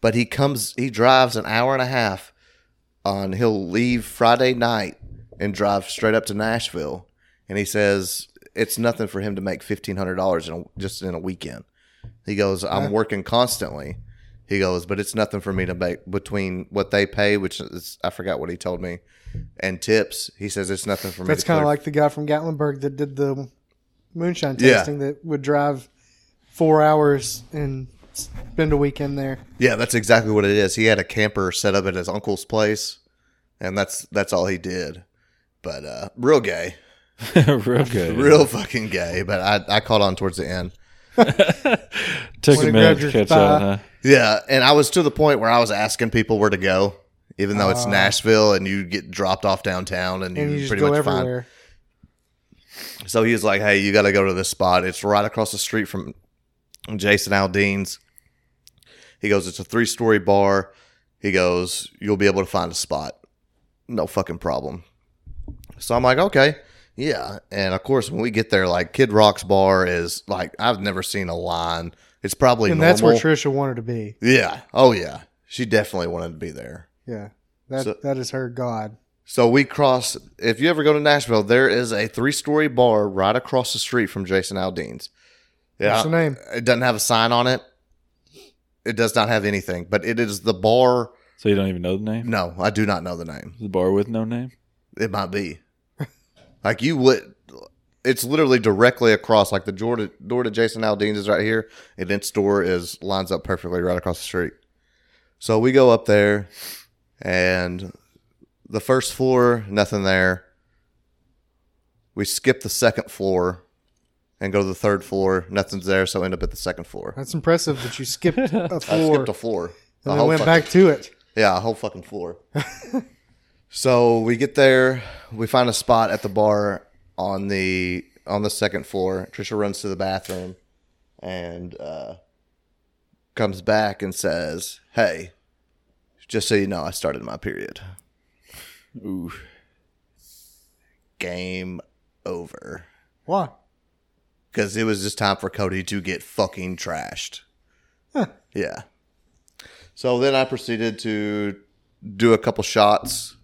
Speaker 1: but he comes, he drives an hour and a half. On he'll leave Friday night and drive straight up to Nashville, and he says it's nothing for him to make fifteen hundred dollars in a, just in a weekend. He goes, I'm working constantly. He goes, but it's nothing for me to make between what they pay, which is I forgot what he told me, and tips. He says it's nothing for me.
Speaker 3: That's
Speaker 1: to
Speaker 3: kind of
Speaker 1: clear-
Speaker 3: like the guy from Gatlinburg that did the moonshine
Speaker 1: Yeah.
Speaker 3: tasting that would drive four hours and spend a weekend there.
Speaker 1: Yeah, that's exactly what it is. He had a camper set up at his uncle's place, and that's that's all he did. But uh, real gay,
Speaker 2: Real good.
Speaker 1: real fucking gay. But I, I caught on towards the end.
Speaker 2: Took
Speaker 3: Would've
Speaker 2: a minute
Speaker 3: grabbed
Speaker 2: to
Speaker 3: your
Speaker 2: catch
Speaker 3: thigh.
Speaker 2: on, huh?
Speaker 1: Yeah, and I was to the point where I was asking people where to go, even though it's Nashville and you get dropped off downtown and,
Speaker 3: Uh. And
Speaker 1: you
Speaker 3: you
Speaker 1: Mm,
Speaker 3: just
Speaker 1: pretty
Speaker 3: go
Speaker 1: much
Speaker 3: everywhere.
Speaker 1: find. So he was like, "Hey, you got to go to this spot. It's right across the street from Jason Aldean's." He goes, "It's a three-story bar." He goes, "You'll be able to find a spot." no fucking problem. So I'm like, okay, yeah. And of course, when we get there, like Kid Rock's bar is like I've never seen a line. It's probably
Speaker 3: And
Speaker 1: normal.
Speaker 3: that's where Trisha wanted to be.
Speaker 1: yeah. Oh yeah. She definitely wanted to be there.
Speaker 3: Yeah. That
Speaker 1: So-
Speaker 3: that is her god.
Speaker 1: So we cross. If you ever go to Nashville, there is a three-story bar right across the street from Jason Aldean's. Yeah,
Speaker 3: What's the name?
Speaker 1: it doesn't have a sign on it. It does not have anything, but it is the bar.
Speaker 2: So you don't even know the name?
Speaker 1: No, I do not know the name.
Speaker 2: The bar with no name?
Speaker 1: It might be. Like you would, it's literally directly across. Like the door to, door to Jason Aldean's is right here, and its door is lines up perfectly right across the street. So we go up there, and the first floor, nothing there. We skip the second floor, and go to the third floor. Nothing's there, so end up at the second floor.
Speaker 3: That's impressive that you skipped a
Speaker 1: I
Speaker 3: floor
Speaker 1: skipped a floor. A
Speaker 3: and then
Speaker 1: whole
Speaker 3: went
Speaker 1: fucking
Speaker 3: back to it.
Speaker 1: yeah, a whole fucking floor. so we get there, we find a spot at the bar on the on the second floor. Trisha runs to the bathroom and uh, comes back and says, "Hey, just so you know, I started my period.
Speaker 2: Ooh.
Speaker 1: Game over."
Speaker 3: Why?
Speaker 1: because it was just time for Cody to get fucking trashed. Yeah. So then I proceeded to do a couple shots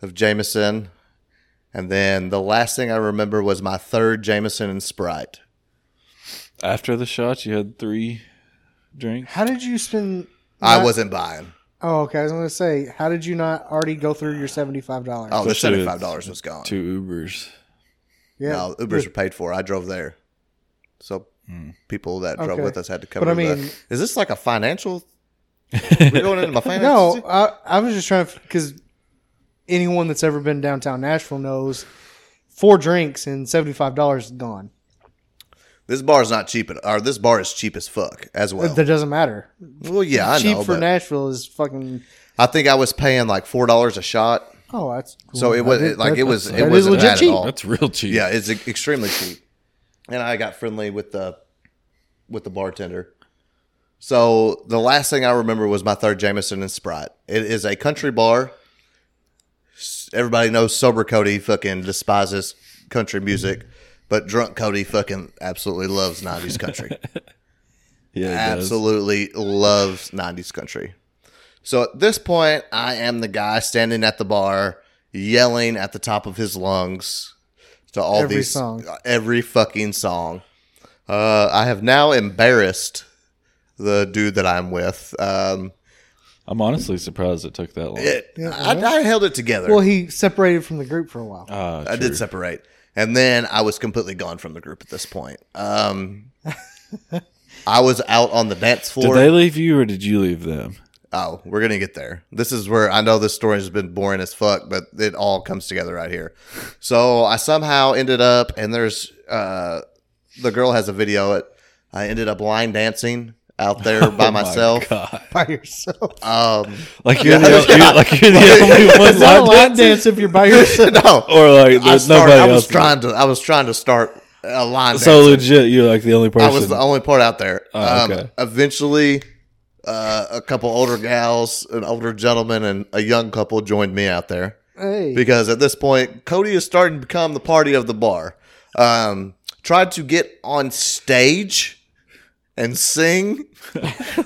Speaker 1: of Jameson. And then the last thing I remember was my third Jameson and Sprite.
Speaker 2: After the shots, you had three drinks.
Speaker 3: How did you spend?
Speaker 1: I
Speaker 3: not-
Speaker 1: wasn't buying.
Speaker 3: Oh, okay. I was going to say, how did you not already go through your seventy-five dollars?
Speaker 1: Oh, the
Speaker 2: Especially
Speaker 1: seventy
Speaker 2: with
Speaker 1: five dollars was gone.
Speaker 2: Two Ubers.
Speaker 3: yeah.
Speaker 1: No, Ubers were paid for. I drove there, so
Speaker 2: Hmm.
Speaker 1: people that drove
Speaker 3: Okay.
Speaker 1: with us had to cover. that.
Speaker 3: I mean-
Speaker 1: is this like a financial? We're going into my
Speaker 3: No,
Speaker 1: finances.
Speaker 3: I, I was just trying because anyone that's ever been downtown Nashville knows four drinks and seventy-five dollars is gone.
Speaker 1: This bar is not cheap, at, or this bar is cheap as fuck as well.
Speaker 3: that doesn't matter.
Speaker 1: Well, yeah, I
Speaker 3: Cheap
Speaker 1: know.
Speaker 3: for
Speaker 1: but
Speaker 3: Nashville is fucking.
Speaker 1: I think I was paying like four dollars a shot,
Speaker 3: Oh, that's cool.
Speaker 1: so it was
Speaker 3: That-
Speaker 1: it, like
Speaker 3: that-
Speaker 1: it was
Speaker 3: that
Speaker 1: it
Speaker 3: is
Speaker 1: wasn't
Speaker 3: legit
Speaker 1: bad
Speaker 3: cheap.
Speaker 1: at all.
Speaker 2: That's real cheap.
Speaker 1: Yeah, it's e- extremely cheap. And I got friendly with the with the bartender. So the last thing I remember was my third Jameson and Sprite. It is a country bar. S- Everybody knows sober Cody fucking despises country music, but drunk Cody fucking absolutely loves nineties country.
Speaker 2: Yeah, it does.
Speaker 1: absolutely loves 90s country. So at this point, I am the guy standing at the bar yelling at the top of his lungs to all
Speaker 3: Every
Speaker 1: these uh,
Speaker 3: song.
Speaker 1: every fucking song. Uh, I have now embarrassed the dude that I'm with. Um,
Speaker 2: I'm honestly surprised it took that long.
Speaker 1: it, I, I held it together.
Speaker 3: Well, he separated from the group for a while.
Speaker 1: Uh,
Speaker 2: Ah,
Speaker 1: I
Speaker 2: true.
Speaker 1: did separate, and then I was completely gone from the group at this point. Um, I was out on the dance floor.
Speaker 2: Did they leave you or did you leave them?
Speaker 1: Oh, we're gonna get there. This is where I know this story has been boring as fuck, but it all comes together right here. So I somehow ended up, and there's uh, the girl has a video. It I ended up line dancing out there by
Speaker 2: Oh my
Speaker 1: myself.
Speaker 2: God.
Speaker 3: By yourself.
Speaker 1: Um,
Speaker 2: Like you're the only, you're, like you're the only one
Speaker 3: Is that a
Speaker 2: line
Speaker 3: line
Speaker 2: dancing?
Speaker 3: dance if you're by yourself?
Speaker 1: no,
Speaker 2: or like
Speaker 1: I
Speaker 2: Oh, there's
Speaker 1: started,
Speaker 2: nobody
Speaker 1: I was
Speaker 2: else.
Speaker 1: trying to. I was trying to start a line.
Speaker 2: so
Speaker 1: dancing.
Speaker 2: legit, you're like the only person.
Speaker 1: I was the only part out there.
Speaker 2: Oh, okay.
Speaker 1: um, eventually, uh, a couple older gals, an older gentleman, and a young couple joined me out there.
Speaker 3: Hey,
Speaker 1: because at this point Cody is starting to become the party of the bar. Um, tried to get on stage and sing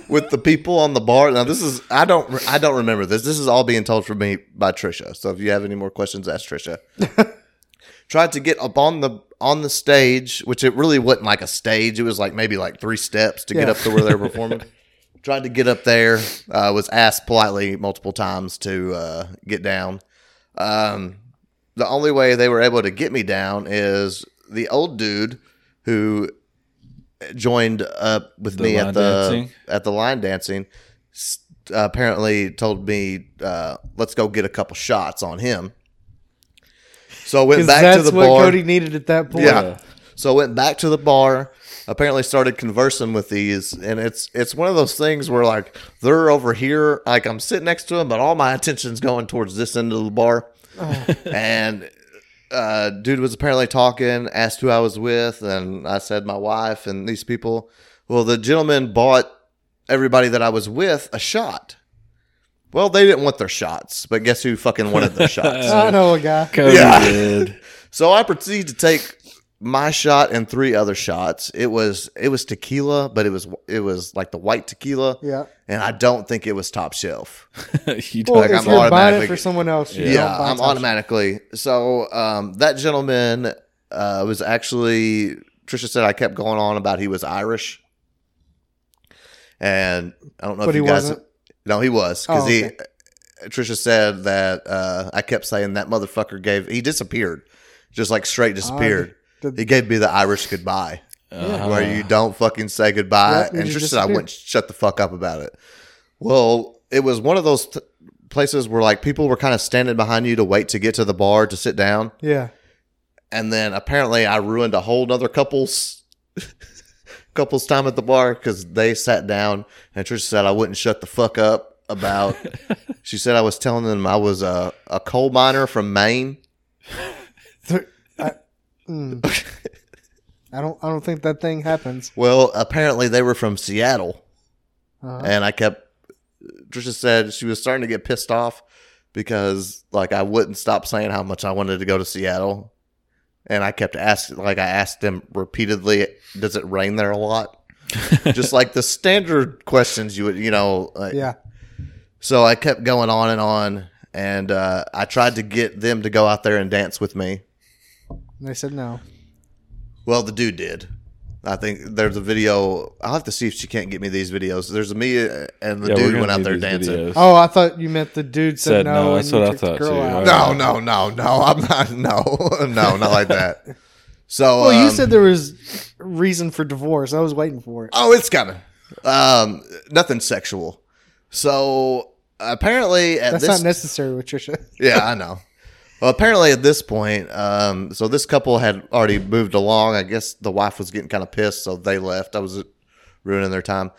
Speaker 1: with the people on the bar. Now this is I don't re- I don't remember this. This is all being told for me by Trisha. So if you have any more questions, ask Trisha. tried to get up on the on the stage, which it really wasn't like a stage. It was like maybe like three steps to get
Speaker 3: Yeah.
Speaker 1: up to where they were performing. Tried to get up there. Uh, was asked politely multiple times to uh, get down. Um, the only way they were able to get me down is the old dude who joined up with
Speaker 2: The
Speaker 1: me at
Speaker 2: line
Speaker 1: the
Speaker 2: dancing?
Speaker 1: at the line dancing. s- Apparently, told me uh, let's go get a couple shots on him. So I went
Speaker 3: because
Speaker 1: back
Speaker 3: that's
Speaker 1: to the
Speaker 3: what
Speaker 1: bar.
Speaker 3: Cody needed at that point.
Speaker 1: Yeah. So I went back to the bar. Apparently started conversing with these, and it's it's one of those things where like they're over here, like I'm sitting next to them, but all my attention's going towards this end of the bar. and uh, dude was apparently talking, asked who I was with, and I said my wife and these people. Well, the gentleman bought everybody that I was with a shot. Well, they didn't want their shots, but guess who fucking wanted their shots?
Speaker 3: I know a guy.
Speaker 2: Cody
Speaker 1: Yeah.
Speaker 2: did.
Speaker 1: So I proceeded to take my shot and three other shots. It was it was tequila, but it was it was like the white tequila,
Speaker 3: Yeah.
Speaker 1: and I don't think it was top shelf.
Speaker 2: you
Speaker 3: Well,
Speaker 1: Like,
Speaker 2: did.
Speaker 1: I'm
Speaker 3: if you're buying
Speaker 1: automatically-
Speaker 3: it for someone else, you
Speaker 1: Yeah,
Speaker 3: don't buy
Speaker 1: I'm
Speaker 3: top
Speaker 1: automatically. So um, that gentleman uh, was actually Trisha said I kept going on about he was Irish, and I don't know
Speaker 3: But
Speaker 1: if you
Speaker 3: he
Speaker 1: guys.
Speaker 3: wasn't?
Speaker 1: No, he was because
Speaker 3: Oh,
Speaker 1: he. Trisha said that uh, I kept saying that motherfucker gave. He disappeared. just like
Speaker 3: Oh,
Speaker 1: straight disappeared.
Speaker 3: Did-
Speaker 1: He gave me the Irish goodbye, where
Speaker 2: Ah. Oh.
Speaker 1: you don't fucking say goodbye.
Speaker 3: Yep, you
Speaker 1: and
Speaker 3: just
Speaker 1: Tristan, I
Speaker 3: disappear.
Speaker 1: wouldn't shut the fuck up about it. Well, it was one of those t- places where like people were kind of standing behind you to wait to get to the bar to sit down,
Speaker 3: yeah.
Speaker 1: and then apparently I ruined a whole other couple's couple's time at the bar because they sat down and Trisha said I wouldn't shut the fuck up about. she said I was telling them I was a, a coal miner from Maine.
Speaker 3: Th- I, mm. I don't. I don't think that thing happens.
Speaker 1: Well, apparently they were from Seattle,
Speaker 3: Uh,
Speaker 2: Uh-huh.
Speaker 1: and I kept. Trisha said she was starting to get pissed off because, like, I wouldn't stop saying how much I wanted to go to Seattle, and I kept asking, like, I asked them repeatedly, "Does it rain there a lot?" Just like the standard questions you would, you know, like,
Speaker 3: yeah.
Speaker 1: So I kept going on and on, and uh, I tried to get them to go out there and dance with me.
Speaker 3: And they said no.
Speaker 1: Well, the dude did. I think there's a video. I'll have to see if she can't get me these videos. There's me uh, and the
Speaker 2: Yeah, we're
Speaker 1: dude
Speaker 2: gonna
Speaker 1: went out
Speaker 2: need
Speaker 1: there
Speaker 2: these
Speaker 1: dancing.
Speaker 2: videos.
Speaker 3: Oh, I thought you meant the dude said,
Speaker 2: Said
Speaker 3: no.
Speaker 2: no,
Speaker 3: and
Speaker 2: that's
Speaker 3: you
Speaker 2: what I
Speaker 3: took the
Speaker 2: thought
Speaker 3: girl
Speaker 2: too.
Speaker 3: out.
Speaker 2: I-
Speaker 1: No, no, no, no. I'm not. No, no, not like that. So,
Speaker 3: Well, you
Speaker 1: um,
Speaker 3: said there was reason for divorce. I was waiting for it.
Speaker 1: Oh, it's coming. Um, nothing sexual. So apparently, at
Speaker 3: That's
Speaker 1: this
Speaker 3: not necessary with Trisha.
Speaker 1: yeah, I know. Well, apparently at this point, um, so this couple had already moved along. I guess the wife was getting kind of pissed, so they left. I was ruining their time.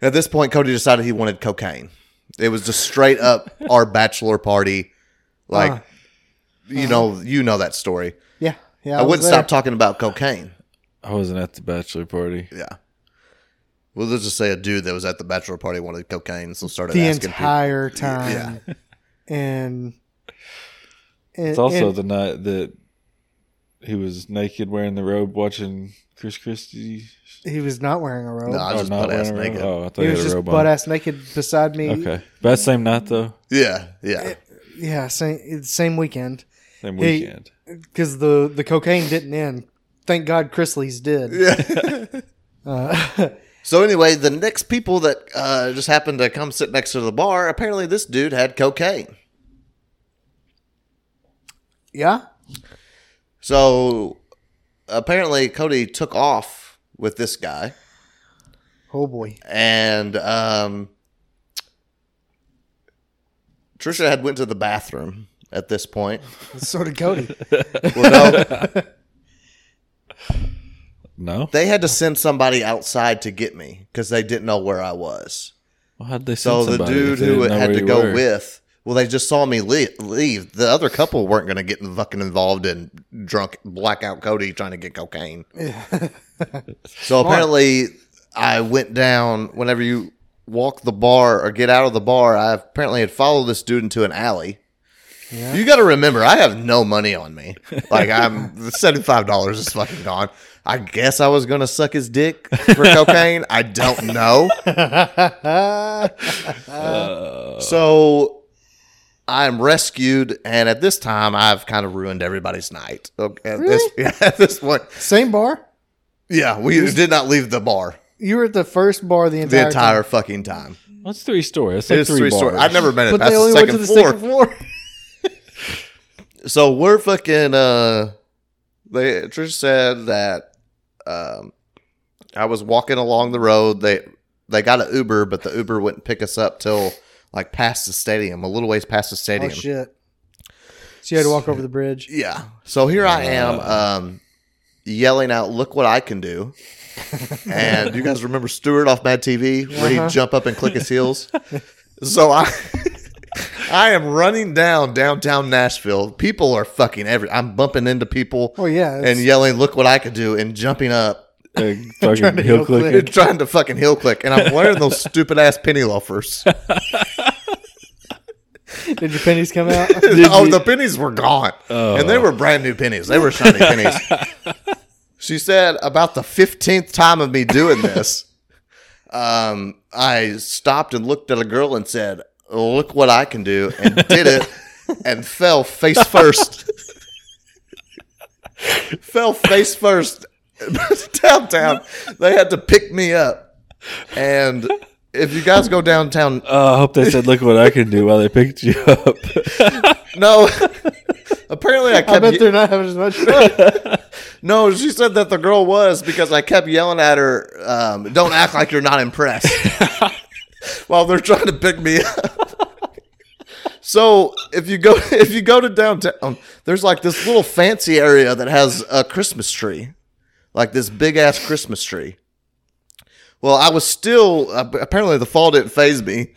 Speaker 1: At this point, Cody decided he wanted cocaine. It was just straight up our bachelor party, like
Speaker 3: Uh.
Speaker 1: you know, you know that story.
Speaker 3: Yeah. Yeah.
Speaker 1: I,
Speaker 3: was
Speaker 1: wouldn't
Speaker 3: there.
Speaker 1: stop talking about cocaine.
Speaker 2: I wasn't at the bachelor party.
Speaker 1: Yeah. Well, let's just say a dude that was at the bachelor party wanted cocaine, so started
Speaker 3: the
Speaker 1: asking. people-
Speaker 3: entire time. And, and
Speaker 2: It's also
Speaker 3: and-
Speaker 2: the night that he was naked wearing the robe watching Chris Christie.
Speaker 3: he was not wearing a robe.
Speaker 1: No, I
Speaker 2: Oh,
Speaker 1: was just
Speaker 2: not
Speaker 1: butt ass
Speaker 2: wearing a robe?
Speaker 1: naked.
Speaker 2: Oh, I thought
Speaker 3: he
Speaker 2: he,
Speaker 3: was
Speaker 2: had a
Speaker 3: just
Speaker 2: robe
Speaker 3: butt
Speaker 2: on.
Speaker 3: ass naked beside me.
Speaker 2: Okay. That same night, though.
Speaker 1: Yeah, yeah.
Speaker 3: Yeah, same same weekend
Speaker 2: Same
Speaker 3: Hey,
Speaker 2: weekend.
Speaker 3: because the the cocaine didn't end. Thank God, Chrisley's did. Uh,
Speaker 1: So anyway, the next people that uh, just happened to come sit next to the bar, apparently this dude had cocaine.
Speaker 3: yeah.
Speaker 1: So apparently Cody took off with this guy,
Speaker 3: Oh boy.
Speaker 1: and um, Trisha had went to the bathroom at this point.
Speaker 3: So did Cody.
Speaker 1: Well, no,
Speaker 2: No?
Speaker 1: they had to send somebody outside to get me because they didn't know where I was.
Speaker 2: Well, how'd they
Speaker 1: So
Speaker 2: send
Speaker 1: the
Speaker 2: somebody
Speaker 1: dude
Speaker 2: if they
Speaker 1: who
Speaker 2: didn't know
Speaker 1: had
Speaker 2: where
Speaker 1: to
Speaker 2: you
Speaker 1: go
Speaker 2: were?
Speaker 1: with, well, they just saw me leave. leave. The other couple weren't going to get fucking involved in drunk blackout Cody trying to get cocaine. so apparently, I went down. Whenever you walk the bar or get out of the bar, I apparently had followed this dude into an alley. You got to remember, I have no money on me. Like I'm seventy five dollars is fucking gone. I guess I was gonna suck his dick for cocaine. I don't know.
Speaker 2: Uh,
Speaker 3: Uh,
Speaker 1: So I'm rescued, and at this time, I've kind of ruined everybody's night. Okay, at this, yeah, at this point,
Speaker 3: Same bar.
Speaker 1: yeah, we did not leave the bar
Speaker 3: You were at the first bar the entire
Speaker 1: the entire
Speaker 3: time.
Speaker 1: fucking time.
Speaker 2: That's three stories. That's
Speaker 1: It
Speaker 2: like
Speaker 1: was
Speaker 2: three,
Speaker 1: three story.
Speaker 2: bars.
Speaker 1: I've never been it
Speaker 3: But
Speaker 1: past
Speaker 3: they only
Speaker 1: the
Speaker 3: went
Speaker 1: second
Speaker 3: to the
Speaker 1: floor.
Speaker 3: second floor. Oh,
Speaker 1: So we're fucking. Uh, they Trish said that um, I was walking along the road. They they got an Uber, but the Uber wouldn't pick us up till like past the stadium, a little ways past the
Speaker 3: oh
Speaker 1: stadium.
Speaker 3: shit. So you had to walk over the bridge.
Speaker 1: Yeah. So here I am,
Speaker 3: Uh.
Speaker 1: um, yelling out, "Look what I can do!" and you guys remember Stewart off Mad TV, where
Speaker 3: Uh-huh.
Speaker 1: he'd jump up and click his heels. so I, I am running down downtown Nashville. People are fucking every. I'm bumping into people
Speaker 3: Oh yeah. it's-
Speaker 1: and yelling, "Look what I can do!" and jumping up.
Speaker 2: Uh, fucking
Speaker 3: to
Speaker 2: heel
Speaker 3: heel click.
Speaker 2: click.
Speaker 1: Trying to fucking heel click, and I'm wearing those stupid ass penny loafers.
Speaker 3: Did your pennies come out?
Speaker 1: oh, the pennies were gone. And they were brand new pennies. They were shiny pennies. She said about the 15th time of me doing this, um, I stopped and looked at a girl and said, Look what I can do, and did it and fell face first. fell face first downtown. They had to pick me up. And if you guys go downtown,
Speaker 2: Uh, Oh, I hope they said, "Look what I can do!" While they picked you up.
Speaker 1: No. Apparently, I kept.
Speaker 3: I bet
Speaker 1: ye-
Speaker 3: they're not having as much fun.
Speaker 1: no, she said that the girl was because I kept yelling at her, um, "Don't act like you're not impressed," while they're trying to pick me up. So if you go if you go to downtown, there's like this little fancy area that has a Christmas tree, like this big ass Christmas tree. Well, I was still uh, apparently the fall didn't phase me.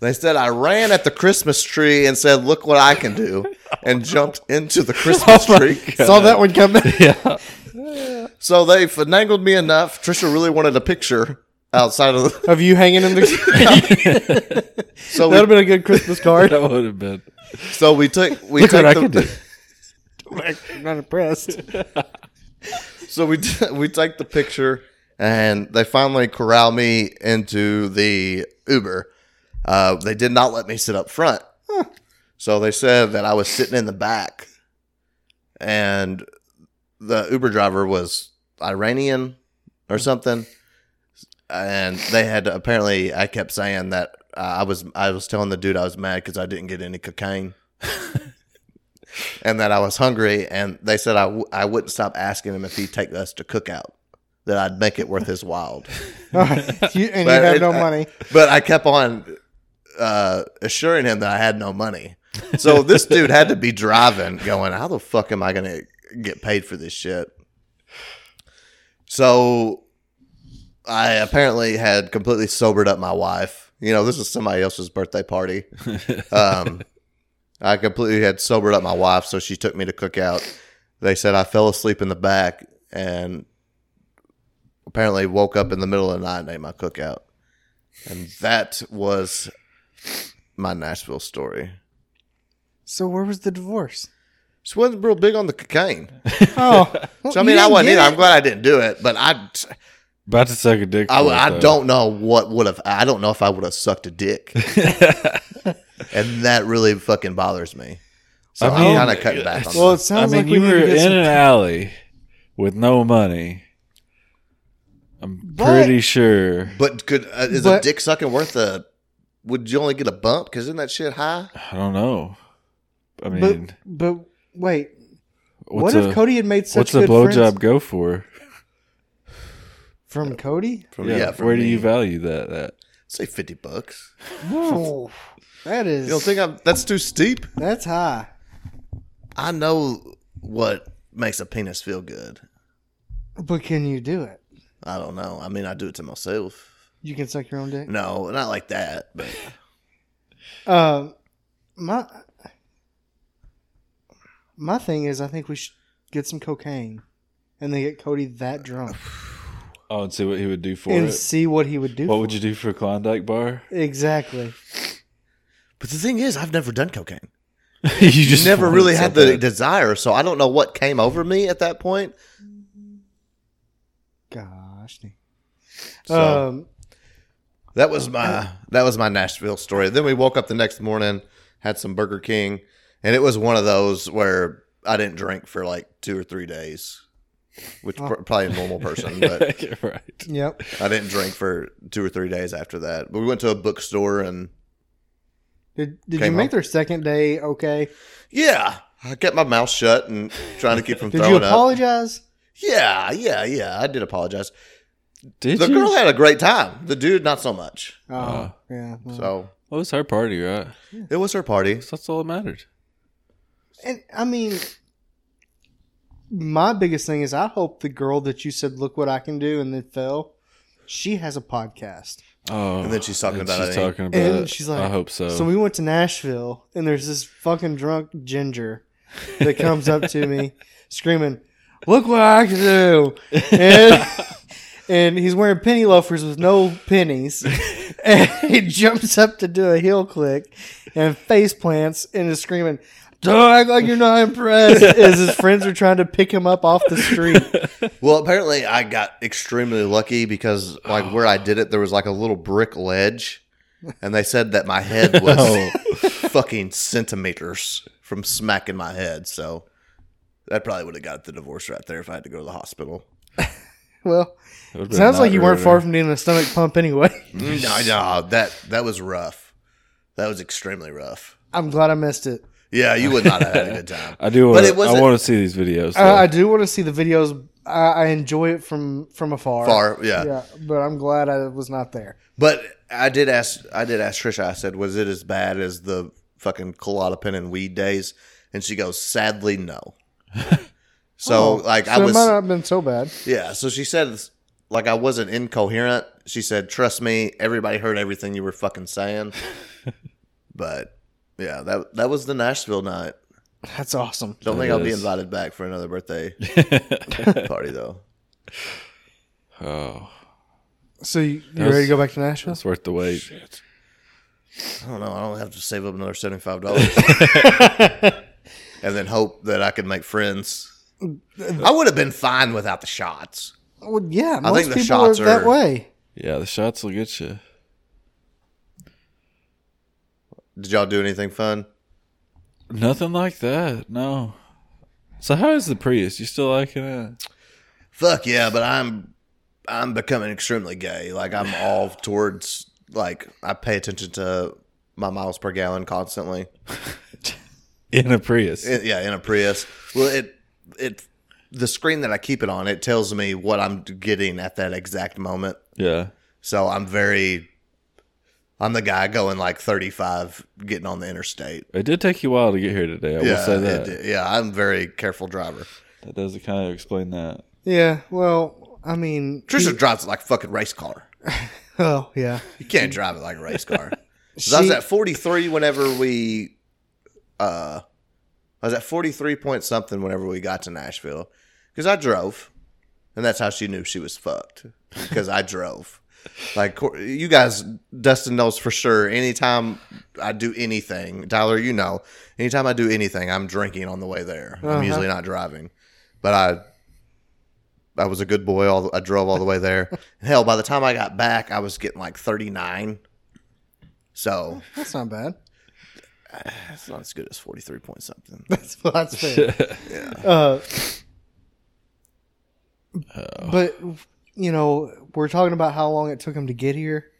Speaker 1: They said I ran at the Christmas tree and said, "Look what I can do," and jumped into the Christmas tree.
Speaker 3: Saw that one coming.
Speaker 2: yeah.
Speaker 1: So they finagled me enough. Trisha really wanted a picture outside of the.
Speaker 3: Of you hanging in the.
Speaker 1: So
Speaker 3: That would have
Speaker 1: we,
Speaker 3: been a good Christmas card.
Speaker 2: That would have been.
Speaker 1: so we took we
Speaker 2: Look
Speaker 1: took
Speaker 2: what I
Speaker 1: the,
Speaker 2: could do.
Speaker 3: I'm not impressed.
Speaker 1: so we t- we take the picture and they finally corral me into the Uber. Uh, they did not let me sit up front, so they said that I was sitting in the back, and the Uber driver was Iranian or something, and they had apparently I kept saying that uh, I was I was telling the dude I was mad because I didn't get any cocaine and that I was hungry, and they said I w- I wouldn't stop asking him if he'd take us to cookout, that I'd make it worth his while.
Speaker 3: All right. You, and you
Speaker 1: But
Speaker 3: have
Speaker 1: it- uh,
Speaker 3: no
Speaker 1: I-
Speaker 3: money.
Speaker 1: but I kept on uh, assuring him that I had no money. So this dude had to be driving, going, "How the fuck am I going to get paid for this shit?" So I apparently had completely sobered up my wife. You know, this is somebody else's birthday party. Um, I completely had sobered up my wife, so she took me to cookout. They said I fell asleep in the back and apparently woke up in the middle of the night and ate my cookout. And that was my Nashville story.
Speaker 3: So where was the divorce?
Speaker 1: She wasn't real big on the cocaine.
Speaker 3: Oh, well,
Speaker 1: So I
Speaker 3: you
Speaker 1: mean, I
Speaker 3: didn't
Speaker 1: wasn't
Speaker 3: get
Speaker 1: either.
Speaker 3: it.
Speaker 1: I'm glad I didn't do it, but I,
Speaker 2: About to suck a dick.
Speaker 1: I,
Speaker 2: for it,
Speaker 1: I
Speaker 2: though.
Speaker 1: don't know what would have. I don't know if I would have sucked a dick, and that really fucking bothers me. So
Speaker 2: I
Speaker 1: I
Speaker 2: mean-
Speaker 1: am kind of cutting back on
Speaker 3: Well, it
Speaker 1: that.
Speaker 2: I
Speaker 3: sounds
Speaker 2: mean,
Speaker 3: like we
Speaker 2: you
Speaker 3: need
Speaker 2: were
Speaker 3: to get
Speaker 2: in
Speaker 3: some-
Speaker 2: an alley with no money. I'm
Speaker 3: But-
Speaker 2: pretty sure.
Speaker 1: But could uh, is a
Speaker 3: But-
Speaker 1: dick sucking worth a? Would you only get a bump? Because isn't that shit high?
Speaker 2: I don't know. I
Speaker 3: But,
Speaker 2: mean,
Speaker 3: but wait,
Speaker 2: what's
Speaker 3: what if
Speaker 2: a,
Speaker 3: Cody had made such
Speaker 2: what's a
Speaker 3: good friends
Speaker 2: blowjob go for?
Speaker 3: from Cody?
Speaker 1: From, from
Speaker 2: where do
Speaker 1: me.
Speaker 2: you value that? That
Speaker 1: say fifty bucks?
Speaker 3: No, that is
Speaker 1: You don't think I'm? That's too steep.
Speaker 3: that's high.
Speaker 1: I know what makes a penis feel good.
Speaker 3: But can you do it?
Speaker 1: I don't know. I mean, I do it to myself.
Speaker 3: You can suck your own dick.
Speaker 1: No, not like that. But
Speaker 3: Um, my my thing is, I think we should get some cocaine, and then get Cody that drunk
Speaker 2: oh, and see what he would do for
Speaker 3: and
Speaker 2: it.
Speaker 3: see what he would do.
Speaker 2: What
Speaker 3: for
Speaker 2: would you do for a Klondike bar?
Speaker 3: it. exactly?
Speaker 1: but the thing is, I've never done cocaine.
Speaker 2: you
Speaker 1: You
Speaker 2: just
Speaker 1: never
Speaker 2: want
Speaker 1: really
Speaker 2: it so
Speaker 1: had the
Speaker 2: bad.
Speaker 1: desire, so I don't know what came over me at that point.
Speaker 3: Gosh, dang.
Speaker 1: So-
Speaker 3: um,
Speaker 1: That was my that was my Nashville story. Then we woke up the next morning, had some Burger King, and it was one of those where I didn't drink for like two or three days, which
Speaker 3: Oh.
Speaker 1: pr- probably a normal person, but
Speaker 2: You're right.
Speaker 3: yep.
Speaker 1: I didn't drink for two or three days after that. But we went to a bookstore and
Speaker 3: Did, did you
Speaker 1: Came
Speaker 3: make
Speaker 1: up.
Speaker 3: their second day okay?
Speaker 1: yeah, I kept my mouth shut and trying to keep from
Speaker 3: Did
Speaker 1: throwing
Speaker 3: you
Speaker 1: up.
Speaker 3: apologize?
Speaker 1: Yeah, yeah, yeah. I did apologize.
Speaker 2: Did
Speaker 1: the
Speaker 2: you?
Speaker 1: girl had a great time. The dude, not so much.
Speaker 3: Oh,
Speaker 2: Uh,
Speaker 3: yeah. well.
Speaker 1: So
Speaker 2: Well, it was her party, right?
Speaker 1: it was her party.
Speaker 2: So that's all that mattered.
Speaker 3: And I mean, my biggest thing is I hope the girl that you said, "Look what I can do," and then fell, she has a podcast.
Speaker 2: Oh,
Speaker 1: And then she's talking
Speaker 2: and
Speaker 1: about it,
Speaker 2: She's
Speaker 1: ain't-
Speaker 2: talking about
Speaker 3: And
Speaker 2: it.
Speaker 3: she's like,
Speaker 2: I hope so.
Speaker 3: So we went to Nashville, and there's this fucking drunk ginger that comes up to me screaming, "Look what I can do!" And, and he's wearing penny loafers with no pennies, and he jumps up to do a heel click and face plants and is screaming. Don't act like you're not impressed. As his friends are trying to pick him up off the street.
Speaker 1: Well, apparently I got extremely lucky because like where I did it, there was like a little brick ledge, and they said that my head was
Speaker 2: Oh.
Speaker 1: fucking centimeters from smacking my head. So that probably would have got the divorce right there if I had to go to the hospital.
Speaker 3: Well,
Speaker 2: It would've been
Speaker 3: sounds like
Speaker 2: not
Speaker 3: you weren't
Speaker 2: really-
Speaker 3: far from needing a stomach pump anyway.
Speaker 1: no, no, that that was rough. That was extremely rough.
Speaker 3: I'm glad I missed it.
Speaker 1: Yeah, you would not have had a good time.
Speaker 2: I do.
Speaker 1: But
Speaker 2: Wanna,
Speaker 1: it wasn't-
Speaker 2: I want to see these videos.
Speaker 3: I, Uh, I
Speaker 2: though.
Speaker 3: do want to see the videos. I, I enjoy it from from afar.
Speaker 1: Far, yeah.
Speaker 3: Yeah, but I'm glad I was not there.
Speaker 1: But I did ask. I did ask Trisha. I said, "Was it as bad as the fucking colada pen and weed days?" And she goes, "Sadly, no."
Speaker 2: Oh,
Speaker 1: so like I
Speaker 3: Oh, So it
Speaker 1: was,
Speaker 3: might not have been so bad.
Speaker 1: yeah. So she said, like I wasn't incoherent. She said, "Trust me, everybody heard everything you were fucking saying." but yeah, that that was the Nashville night.
Speaker 3: That's awesome.
Speaker 1: Don't
Speaker 2: That
Speaker 1: think I'll be
Speaker 2: is.
Speaker 1: invited back for another birthday party though.
Speaker 2: oh,
Speaker 3: So you, you
Speaker 2: That's-
Speaker 3: ready to go back to Nashville?
Speaker 2: that's worth the wait.
Speaker 1: I don't know. I don't have to save up another seventy five dollars, and then hope that I can make friends. I would have been fine without the shots.
Speaker 3: Well, yeah, most
Speaker 1: I think the
Speaker 3: people
Speaker 1: shots
Speaker 3: are that
Speaker 1: are-
Speaker 3: way.
Speaker 2: Yeah, the shots will get you.
Speaker 1: Did y'all do anything fun?
Speaker 2: Nothing like that. No. So how is the Prius? You still liking it?
Speaker 1: Fuck yeah, but I'm I'm becoming extremely gay. Like I'm all towards like I pay attention to my miles per gallon constantly.
Speaker 2: In a Prius.
Speaker 1: In- yeah, in a Prius. Well, it it the screen that I keep it on it tells me what I'm getting at that exact moment.
Speaker 2: yeah.
Speaker 1: So I'm very, I'm the guy going like 35, getting on the interstate.
Speaker 2: It did take you a while to get here today. I will say that.
Speaker 1: it- yeah, I'm very careful driver.
Speaker 2: That does kind of explain that.
Speaker 3: Yeah. Well, I mean,
Speaker 1: Trisha drives it like a fucking race car.
Speaker 3: oh yeah.
Speaker 1: You can't drive it like a race car. 'Cause I was
Speaker 3: She-
Speaker 1: at 43 whenever we, uh, I was at 43 point something whenever we got to Nashville because I drove, and that's how she knew she was fucked because I drove. Like Cor- you guys, Dustin knows for sure. Anytime I do anything, Tyler, you know, anytime I do anything, I'm drinking on the way there.
Speaker 3: Uh-huh.
Speaker 1: I'm usually not driving, but I I was a good boy. All I drove all the way there. Hell, by the time I got back, I was getting like 39. So
Speaker 3: That's not bad.
Speaker 1: that's not as good as 43 point something.
Speaker 3: That's that's fair. Uh, But you know, we're talking about how long it took him to get here.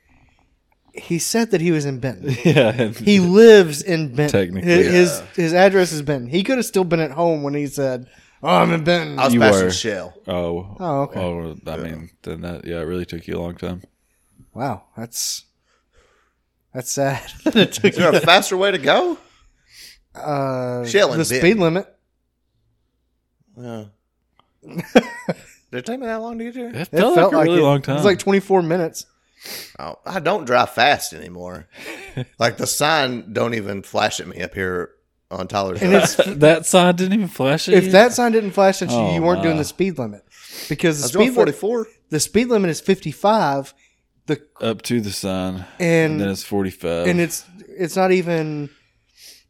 Speaker 3: He said that he was in Benton.
Speaker 2: yeah.
Speaker 3: He lives in Benton.
Speaker 2: Technically.
Speaker 3: his his, his address is Benton. He could have still been at home when he said, "Oh, I'm in Benton."
Speaker 1: I was
Speaker 2: You
Speaker 1: passing
Speaker 2: were.
Speaker 1: Shell.
Speaker 2: oh.
Speaker 3: Oh, okay.
Speaker 2: Oh, I mean, then that, yeah, it really took you a long time.
Speaker 3: wow, that's that's sad. that it took
Speaker 1: Is there a faster way to go?
Speaker 3: uh,
Speaker 1: Shell in
Speaker 3: the
Speaker 1: Benton.
Speaker 3: speed limit.
Speaker 1: Yeah. Did it take me that long to get here?
Speaker 2: It felt, like a really
Speaker 3: it.
Speaker 2: long time.
Speaker 3: It was like 24 minutes.
Speaker 1: Oh, I don't drive fast anymore. like the sign don't even flash at me up here on Tyler's.
Speaker 3: And
Speaker 1: road.
Speaker 3: it's
Speaker 2: that side didn't even flash at
Speaker 3: if
Speaker 2: you?
Speaker 3: that sign didn't flash at you,
Speaker 2: Oh,
Speaker 3: you weren't doing
Speaker 2: my.
Speaker 3: the speed limit because
Speaker 1: I
Speaker 3: the
Speaker 1: was
Speaker 3: speed
Speaker 1: doing
Speaker 3: limit
Speaker 1: 44.
Speaker 3: the speed limit is 55 the
Speaker 2: Up to the sign.
Speaker 3: and
Speaker 2: And then it's 45.
Speaker 3: and it's it's not even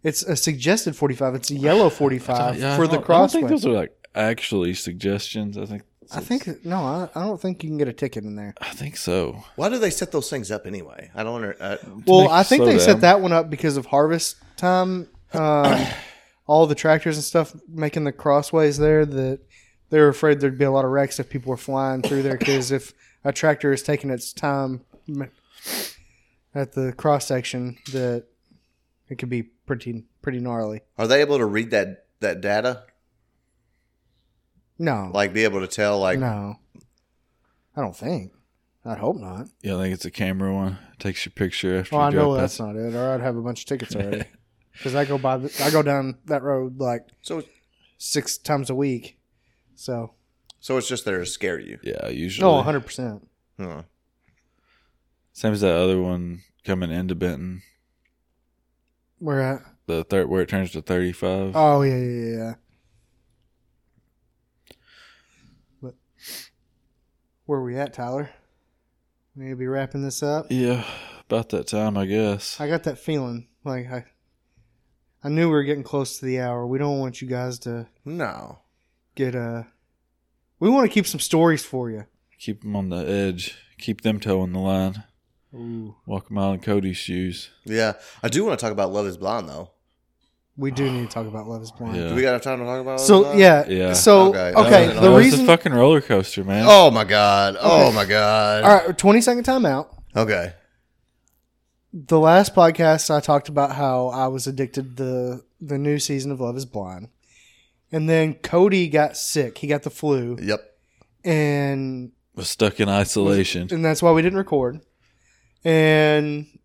Speaker 3: it's a suggested 45 it's a yellow 45
Speaker 2: Yeah, I
Speaker 3: for
Speaker 2: don't- I
Speaker 3: the
Speaker 2: don't
Speaker 3: crossway
Speaker 2: think those are like actually suggestions. I think.
Speaker 3: I think no I, I don't think you can get a ticket in there
Speaker 2: I think so.
Speaker 1: Why do they set those things up anyway? I don't under, uh,
Speaker 3: well
Speaker 2: make
Speaker 3: I
Speaker 2: you
Speaker 3: think
Speaker 2: slow
Speaker 3: they
Speaker 2: down.
Speaker 3: set that one up because of harvest time um, all the tractors and stuff making the crossways there that they were afraid there'd be a lot of wrecks if people were flying through there because if a tractor is taking its time m- at the cross section that it could be pretty pretty gnarly
Speaker 1: Are they able to read that that data?
Speaker 3: no
Speaker 1: Like be able to tell like
Speaker 3: No. I don't think. I hope not.
Speaker 2: Yeah, I think it's a camera one. It takes your picture after
Speaker 3: Well, Oh, I
Speaker 2: you drop
Speaker 3: know
Speaker 2: it.
Speaker 3: that's not it, or I'd have a bunch of tickets already. Because I go by, the, I go down that road like
Speaker 1: so
Speaker 3: six times a week. So,
Speaker 1: so it's just there to scare you.
Speaker 2: Yeah, usually.
Speaker 3: no, 100. percent
Speaker 1: Hmm.
Speaker 2: Same as that other one coming into Benton.
Speaker 3: We're at.
Speaker 2: The third where it turns to thirty five.
Speaker 3: Oh yeah, yeah, yeah, yeah. But where we at, Tyler? We need to be wrapping this up.
Speaker 2: yeah, about that time I guess.
Speaker 3: I got that feeling like I, I knew we were getting close to the hour. We don't want you guys to
Speaker 1: No.
Speaker 3: get uh we want to keep some stories for you
Speaker 2: Keep them on the edge. Keep them toeing the line.
Speaker 3: Ooh.
Speaker 2: Walk a mile in Cody's shoes.
Speaker 1: Yeah, I do want to talk about Love Is Blind though.
Speaker 3: we do need to talk about love is blind
Speaker 2: Yeah.
Speaker 1: Do we got enough time to talk about? Love is
Speaker 3: so
Speaker 1: Blind?
Speaker 3: yeah,
Speaker 2: Yeah.
Speaker 3: so
Speaker 1: Okay,
Speaker 3: okay,
Speaker 1: okay,
Speaker 2: That
Speaker 1: no,
Speaker 3: the
Speaker 2: was
Speaker 3: reason
Speaker 2: Oh, a fucking roller coaster, man.
Speaker 1: Oh my god. Oh my
Speaker 3: all
Speaker 1: god.
Speaker 3: right 20 second timeout
Speaker 1: Okay.
Speaker 3: the last podcast I talked about how I was addicted to the the new season of Love Is Blind, and then Cody got sick. He got the flu,
Speaker 4: Yep.
Speaker 3: and
Speaker 2: Was stuck in isolation.
Speaker 3: and that's why we didn't record. And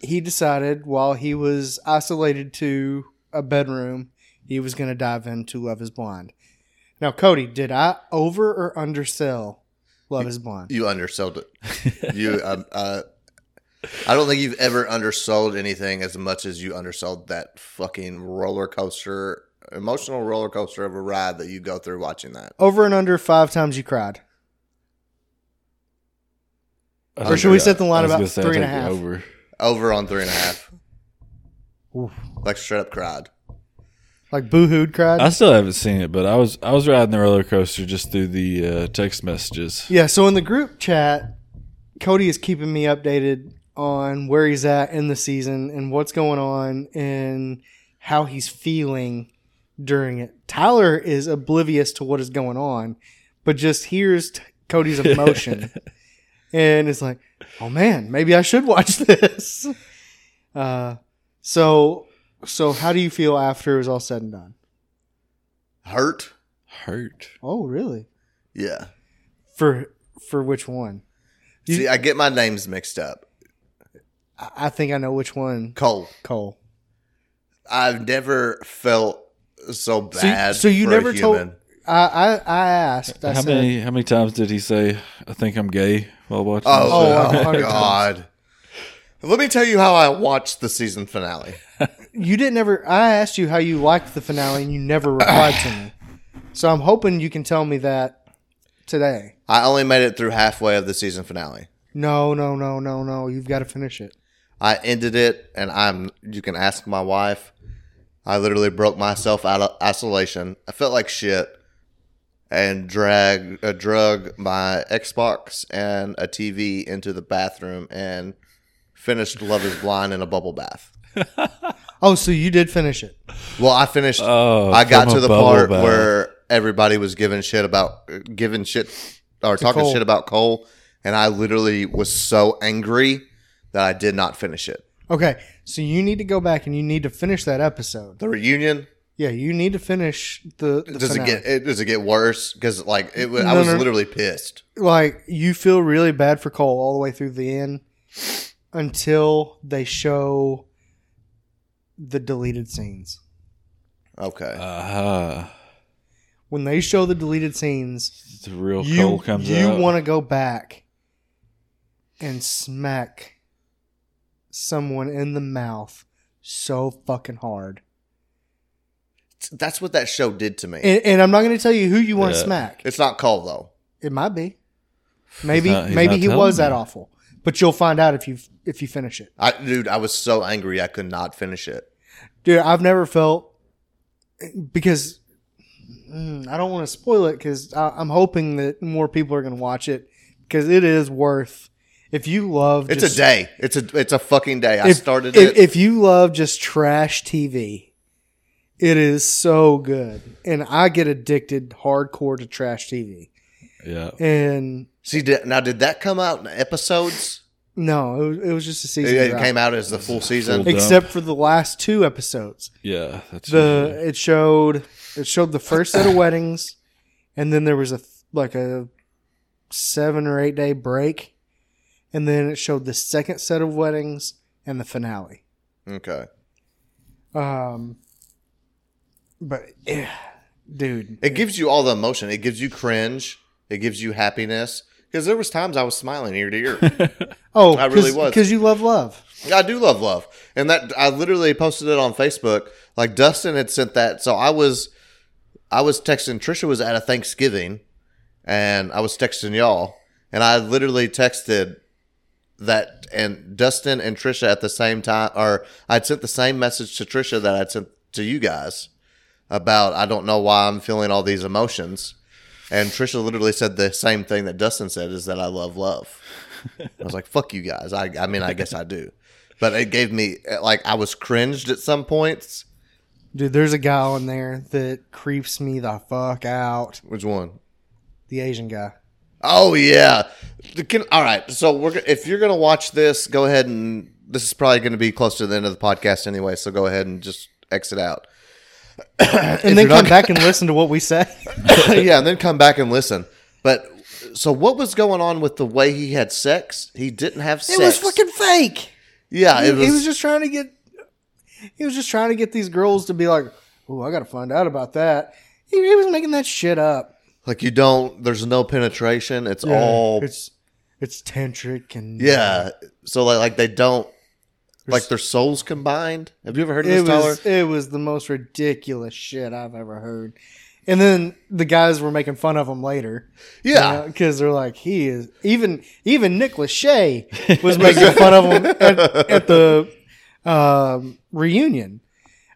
Speaker 3: he decided while he was isolated to a bedroom, he was going to dive into Love Is Blind. Now, Cody, did I over or undersell Love Is Blind?
Speaker 1: You undersold it. you, um, uh, I don't think you've ever undersold anything as much as you undersold that fucking roller coaster, emotional roller coaster of a ride that you go through watching that.
Speaker 3: Over and under five times you cried.
Speaker 2: I
Speaker 1: Or
Speaker 2: think
Speaker 1: should we
Speaker 2: I-
Speaker 3: set the line
Speaker 2: I was
Speaker 3: about
Speaker 2: gonna say, I
Speaker 3: three and a
Speaker 2: think
Speaker 3: half?
Speaker 2: Over.
Speaker 1: Over on three and a half.
Speaker 3: Oof.
Speaker 1: Like straight up cried.
Speaker 3: Like boo-hooed cried.
Speaker 2: I still haven't seen it, but I was I was riding the roller coaster just through the uh, text messages.
Speaker 3: Yeah, so in the group chat, Cody is keeping me updated on where he's at in the season and what's going on and how he's feeling during it. Tyler is oblivious to what is going on, but just hears t- Cody's emotion and it's like, "Oh man, maybe I should watch this." Uh, so so how do you feel after it was all said and done?
Speaker 1: Hurt?
Speaker 2: Hurt.
Speaker 3: Oh, really?
Speaker 1: Yeah.
Speaker 3: For for which one? You-
Speaker 1: See, I get my names mixed up.
Speaker 3: I, I think I know which one.
Speaker 1: Cole.
Speaker 3: Cole.
Speaker 1: I've never felt so
Speaker 3: So you-
Speaker 1: bad.
Speaker 3: so you
Speaker 1: for a
Speaker 3: never told-
Speaker 1: human.
Speaker 3: I I, I asked. I
Speaker 2: how
Speaker 3: said,
Speaker 2: many how many times did he say I think I'm gay while watching?
Speaker 1: Oh,
Speaker 3: Oh,
Speaker 1: oh,
Speaker 3: a hundred
Speaker 1: God. Let me tell you how I watched the season finale.
Speaker 3: you didn't ever. I asked you how you liked the finale, and you never replied to me. So I'm hoping you can tell me that today.
Speaker 1: I only made it through halfway of the season finale.
Speaker 3: No, no, no, no, no. You've got to finish it.
Speaker 1: I ended it, and I'm. You can ask my wife. I literally broke myself out of isolation. I felt like shit, and dragged uh, drug my Xbox and a TV into the bathroom and finished Love Is Blind in a bubble bath.
Speaker 3: Oh, so you did finish it.
Speaker 1: Well, I finished.
Speaker 2: Oh,
Speaker 1: I got
Speaker 2: from
Speaker 1: to
Speaker 2: a
Speaker 1: the
Speaker 2: bubble
Speaker 1: part
Speaker 2: bath.
Speaker 1: where everybody was giving shit about giving shit or talking
Speaker 3: Cole.
Speaker 1: shit about Cole, and I literally was so angry that I did not finish it.
Speaker 3: Okay, so you need to go back and you need to finish that episode.
Speaker 1: The reunion
Speaker 3: Yeah, you need to finish the. the
Speaker 1: does it
Speaker 3: finale.
Speaker 1: get it, does it get worse? Because like it, was, I
Speaker 3: No,
Speaker 1: was
Speaker 3: no.
Speaker 1: literally pissed.
Speaker 3: like you feel really bad for Cole all the way through the end until they show the deleted scenes.
Speaker 1: Okay,
Speaker 2: Uh-huh.
Speaker 3: When they show the deleted scenes,
Speaker 2: The real
Speaker 3: you,
Speaker 2: Oh, Cole comes
Speaker 3: you
Speaker 2: out.
Speaker 3: want to go back and smack someone in the mouth so fucking hard.
Speaker 1: that's what that show did to me.
Speaker 3: And, and I'm not going to tell you who you want to
Speaker 2: Yeah.
Speaker 3: smack.
Speaker 1: it's not Cole though.
Speaker 3: It might be. Maybe
Speaker 2: He's not- he's
Speaker 3: maybe
Speaker 2: not
Speaker 3: he
Speaker 2: telling
Speaker 3: was that
Speaker 2: me.
Speaker 3: awful. But you'll find out if you if you finish it.
Speaker 1: I dude, I was so angry I could not finish it.
Speaker 3: Dude, I've never felt because mm, I don't want to spoil it because I'm hoping that more people are going to watch it because it is worth. If you love,
Speaker 1: It's
Speaker 3: just-
Speaker 1: a day. It's a it's a fucking day. I
Speaker 3: if,
Speaker 1: started
Speaker 3: if,
Speaker 1: it.
Speaker 3: if you love just trash TV, it is so good, and I get addicted hardcore to trash TV.
Speaker 2: yeah.
Speaker 3: And
Speaker 1: See did, now, did that come out in episodes?
Speaker 3: no, it was, it was just a
Speaker 1: It,
Speaker 3: season.
Speaker 1: it
Speaker 3: drop.
Speaker 1: came out as the full season.
Speaker 2: Full-
Speaker 3: except for the last two episodes.
Speaker 2: Yeah. That's
Speaker 3: The it showed it showed the first set of weddings, and then there was a th- like a seven or eight day break, and then it showed the second set of weddings and the finale.
Speaker 1: Okay.
Speaker 3: Um, but yeah, dude,
Speaker 1: It gives you all the emotion. It gives you cringe. It gives you happiness. Because there was times I was smiling ear to ear.
Speaker 3: oh,
Speaker 1: I really
Speaker 3: cause,
Speaker 1: was.
Speaker 3: because you love love.
Speaker 1: I do love love, and that I literally posted it on Facebook. Like Dustin had sent that, so I was, I was texting. Trisha was at a Thanksgiving, and I was texting y'all, and I literally texted that and Dustin and Trisha at the same time, or I'd sent the same message to Trisha that I'd sent to you guys about I don't know why I'm feeling all these emotions. And Trisha literally said the same thing that Dustin said is that I love love. I was like, fuck you guys. I, I mean, I guess I do. But it gave me, like, I was cringed at some points.
Speaker 3: Dude, there's a guy on there that creeps me the fuck out.
Speaker 1: Which one?
Speaker 3: The Asian guy.
Speaker 1: Oh yeah. The- Can, all right. So we're go- if you're gonna watch this, go ahead and this is probably gonna be close to the end of the podcast anyway. So go ahead and just exit out. Uh,
Speaker 3: and then come back and listen to what we say.
Speaker 1: yeah, and then come back and listen. But so what was going on with the way he had sex? He didn't have sex.
Speaker 3: It was fucking fake.
Speaker 1: yeah.
Speaker 3: he,
Speaker 1: It was,
Speaker 3: he was just trying to get. He was just trying to get these girls to be like, "Oh, I got to find out about that." He, he was making that shit up.
Speaker 1: like you don't. There's no penetration. It's all
Speaker 3: it's it's tantric and
Speaker 1: Oh. yeah. So like like they don't like
Speaker 3: There's-
Speaker 1: their souls combined. Have you ever heard of
Speaker 3: It
Speaker 1: this, Tyler?
Speaker 3: was it was the most ridiculous shit I've ever heard. And then the guys were making fun of him later.
Speaker 1: Yeah.
Speaker 3: because they're like he is even even Nick Lachey was making fun of him at, at the um, reunion.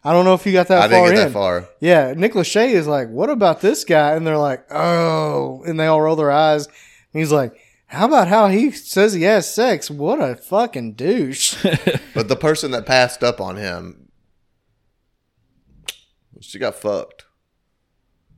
Speaker 3: I don't know if you got that
Speaker 1: I
Speaker 3: far
Speaker 1: didn't get
Speaker 3: in.
Speaker 1: that far.
Speaker 3: Yeah, Nick Lachey is like, "What about this guy?" And they're like, "Oh," and they all roll their eyes. And he's like, "How about how he says he has sex? What a fucking douche!"
Speaker 1: But the person that passed up on him, she got fucked.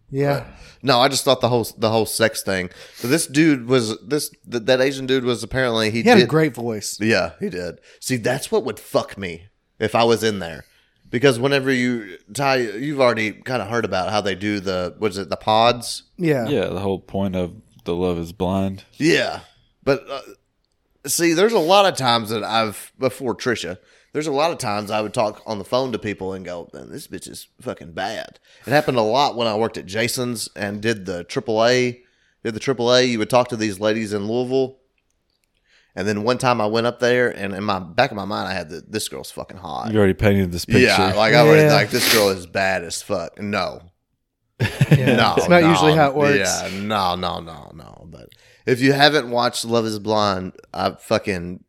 Speaker 3: Yeah,
Speaker 1: No, I just thought the whole the whole sex thing. So this dude was this th- that Asian dude was apparently he,
Speaker 3: he had
Speaker 1: did
Speaker 3: a great voice.
Speaker 1: yeah he did. See, that's what would fuck me if I was in there because whenever you Ty, you've already kind of heard about how they do the what is it the pods?
Speaker 3: Yeah,
Speaker 2: Yeah, the whole point of the love is blind.
Speaker 1: Yeah, but uh, see, there's a lot of times that I've before Trisha. There's a lot of times I would talk on the phone to people and go, "Man, this bitch is fucking bad." It happened a lot when I worked at Jason's and did the AAA. Did the AAA? You would talk to these ladies in Louisville, and then one time I went up there, and in my back of my mind, I had the, this girl's fucking hot.
Speaker 2: You already painted this picture.
Speaker 1: Yeah, like I already
Speaker 3: Yeah.
Speaker 1: like this girl is bad as fuck. No, no,
Speaker 3: It's not
Speaker 1: no,
Speaker 3: usually how it works.
Speaker 1: Yeah, no, no, no, no. But if you haven't watched Love Is Blind, I fucking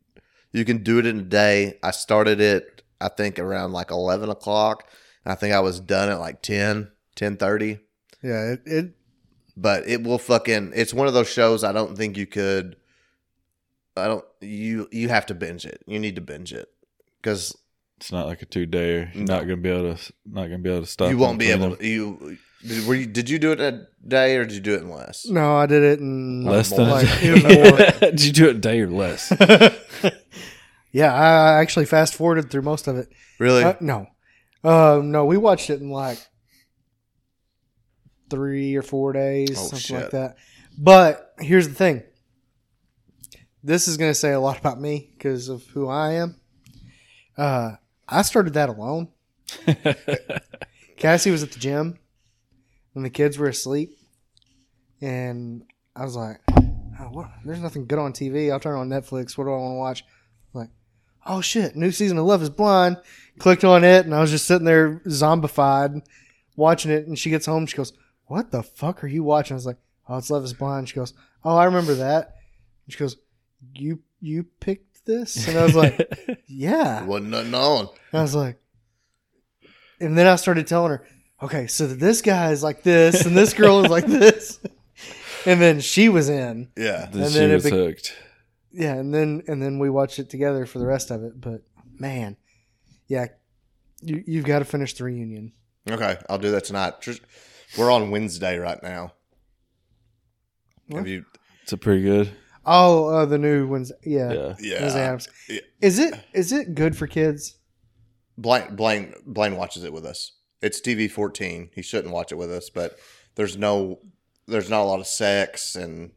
Speaker 1: you can do it in a day. I started it, I think, around like eleven o'clock. I think I was done at like 10, 10.30.
Speaker 3: yeah. It, it
Speaker 1: But it will fucking. It's one of those shows. I don't think you could. I don't. You you have to binge it. You need to binge it because
Speaker 2: It's not like a two day. You're
Speaker 1: No.
Speaker 2: not gonna be able to. Not gonna be able to stop.
Speaker 1: you
Speaker 2: in
Speaker 1: won't be
Speaker 2: between
Speaker 1: able.
Speaker 2: them.
Speaker 1: To, you did, were you did you do it in a day or did you do it in less?
Speaker 3: no, I did it in
Speaker 2: Less than.
Speaker 3: like
Speaker 2: a
Speaker 3: even more.
Speaker 2: day. Did you do it a day or less?
Speaker 3: Yeah, I I actually fast forwarded through most of it.
Speaker 1: Really?
Speaker 3: Uh, no, uh, no, we watched it in like three or four days,
Speaker 1: Oh,
Speaker 3: something
Speaker 1: shit.
Speaker 3: like that. But here's the thing: this is going to say a lot about me because of who I am. Uh, I started that alone. Cassie was at the gym, and the kids were asleep, and I was like, oh, what? "There's nothing good on TV. I'll turn on Netflix. What do I want to watch?" like, "Oh shit, new season of Love Is Blind." Clicked on it, and I was just sitting there zombified, watching it. And she gets home, she goes, "What the fuck are you watching?" I was like, "Oh, it's Love Is Blind." She goes, "Oh, I remember that." And she goes, "You you picked this?" And I was like, "Yeah."
Speaker 1: Wasn't nothing on.
Speaker 3: And I was like, and then I started telling her, okay, so this guy is like this, and this girl is like this, and then she was in,
Speaker 1: Yeah.
Speaker 2: then
Speaker 3: And
Speaker 2: she
Speaker 3: then it
Speaker 2: was
Speaker 3: be-
Speaker 2: hooked.
Speaker 3: yeah, and then and then we watched it together for the rest of it. But man, yeah, you you've got to finish the reunion.
Speaker 1: Okay, I'll do that tonight. Trish, we're on Wednesday right now. Have you?
Speaker 2: It's a pretty good.
Speaker 3: Oh, uh, the new ones, yeah,
Speaker 2: Yeah.
Speaker 3: Wednesday
Speaker 1: Yeah.
Speaker 3: Adams.
Speaker 1: Yeah.
Speaker 3: Is it is it good for kids?
Speaker 1: Blaine, Blaine, Blaine watches it with us. It's TV fourteen. He shouldn't watch it with us, but there's no, there's not a lot of sex and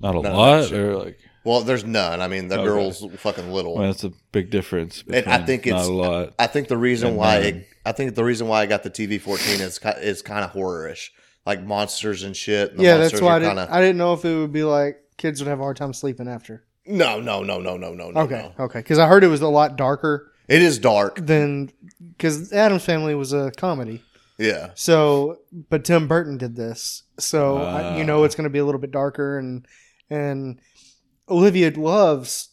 Speaker 2: Not a
Speaker 1: None of that
Speaker 2: lot,
Speaker 1: shit.
Speaker 2: or like.
Speaker 1: well, there's none. I mean, the
Speaker 2: Okay.
Speaker 1: girl's fucking little.
Speaker 2: Well, that's a big difference.
Speaker 1: And I
Speaker 2: between
Speaker 1: think
Speaker 2: not
Speaker 1: it's-
Speaker 2: a lot.
Speaker 1: I think the reason
Speaker 2: And
Speaker 1: why
Speaker 2: none.
Speaker 1: I think the reason why I got the TV fourteen is ki- is kind of horror-ish, like monsters and shit. and the
Speaker 3: yeah,
Speaker 1: monsters
Speaker 3: that's why I
Speaker 1: are
Speaker 3: didn't,
Speaker 1: kinda-
Speaker 3: I didn't know if it would be like kids would have a hard time sleeping after.
Speaker 1: No, no, no, no, no, no, no.
Speaker 3: Okay,
Speaker 1: no.
Speaker 3: okay, because I heard it was a lot darker.
Speaker 1: It is dark.
Speaker 3: than because Adam's Family was a comedy.
Speaker 1: Yeah.
Speaker 3: So, but Tim Burton did this, so I, you know
Speaker 2: Ah.
Speaker 3: it's going to be a little bit darker and and Olivia loves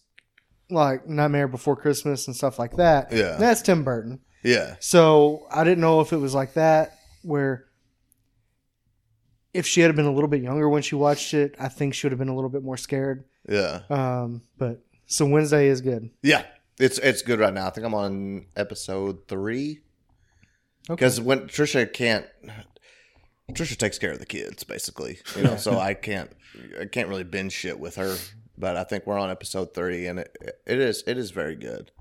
Speaker 3: like Nightmare Before Christmas and stuff like that.
Speaker 1: Yeah.
Speaker 3: that's Tim Burton.
Speaker 1: Yeah.
Speaker 3: So I didn't know if it was like that where if she had been a little bit younger when she watched it, I think she would have been a little bit more scared.
Speaker 1: Yeah.
Speaker 3: Um, but so Wednesday is good.
Speaker 1: Yeah, it's it's good right now. I think I'm on episode three
Speaker 3: Okay.
Speaker 1: because when Trisha can't, Trisha takes care of the kids basically, you know. so I can't I can't really binge shit with her, but I think we're on episode thirty, and it it is it is very good.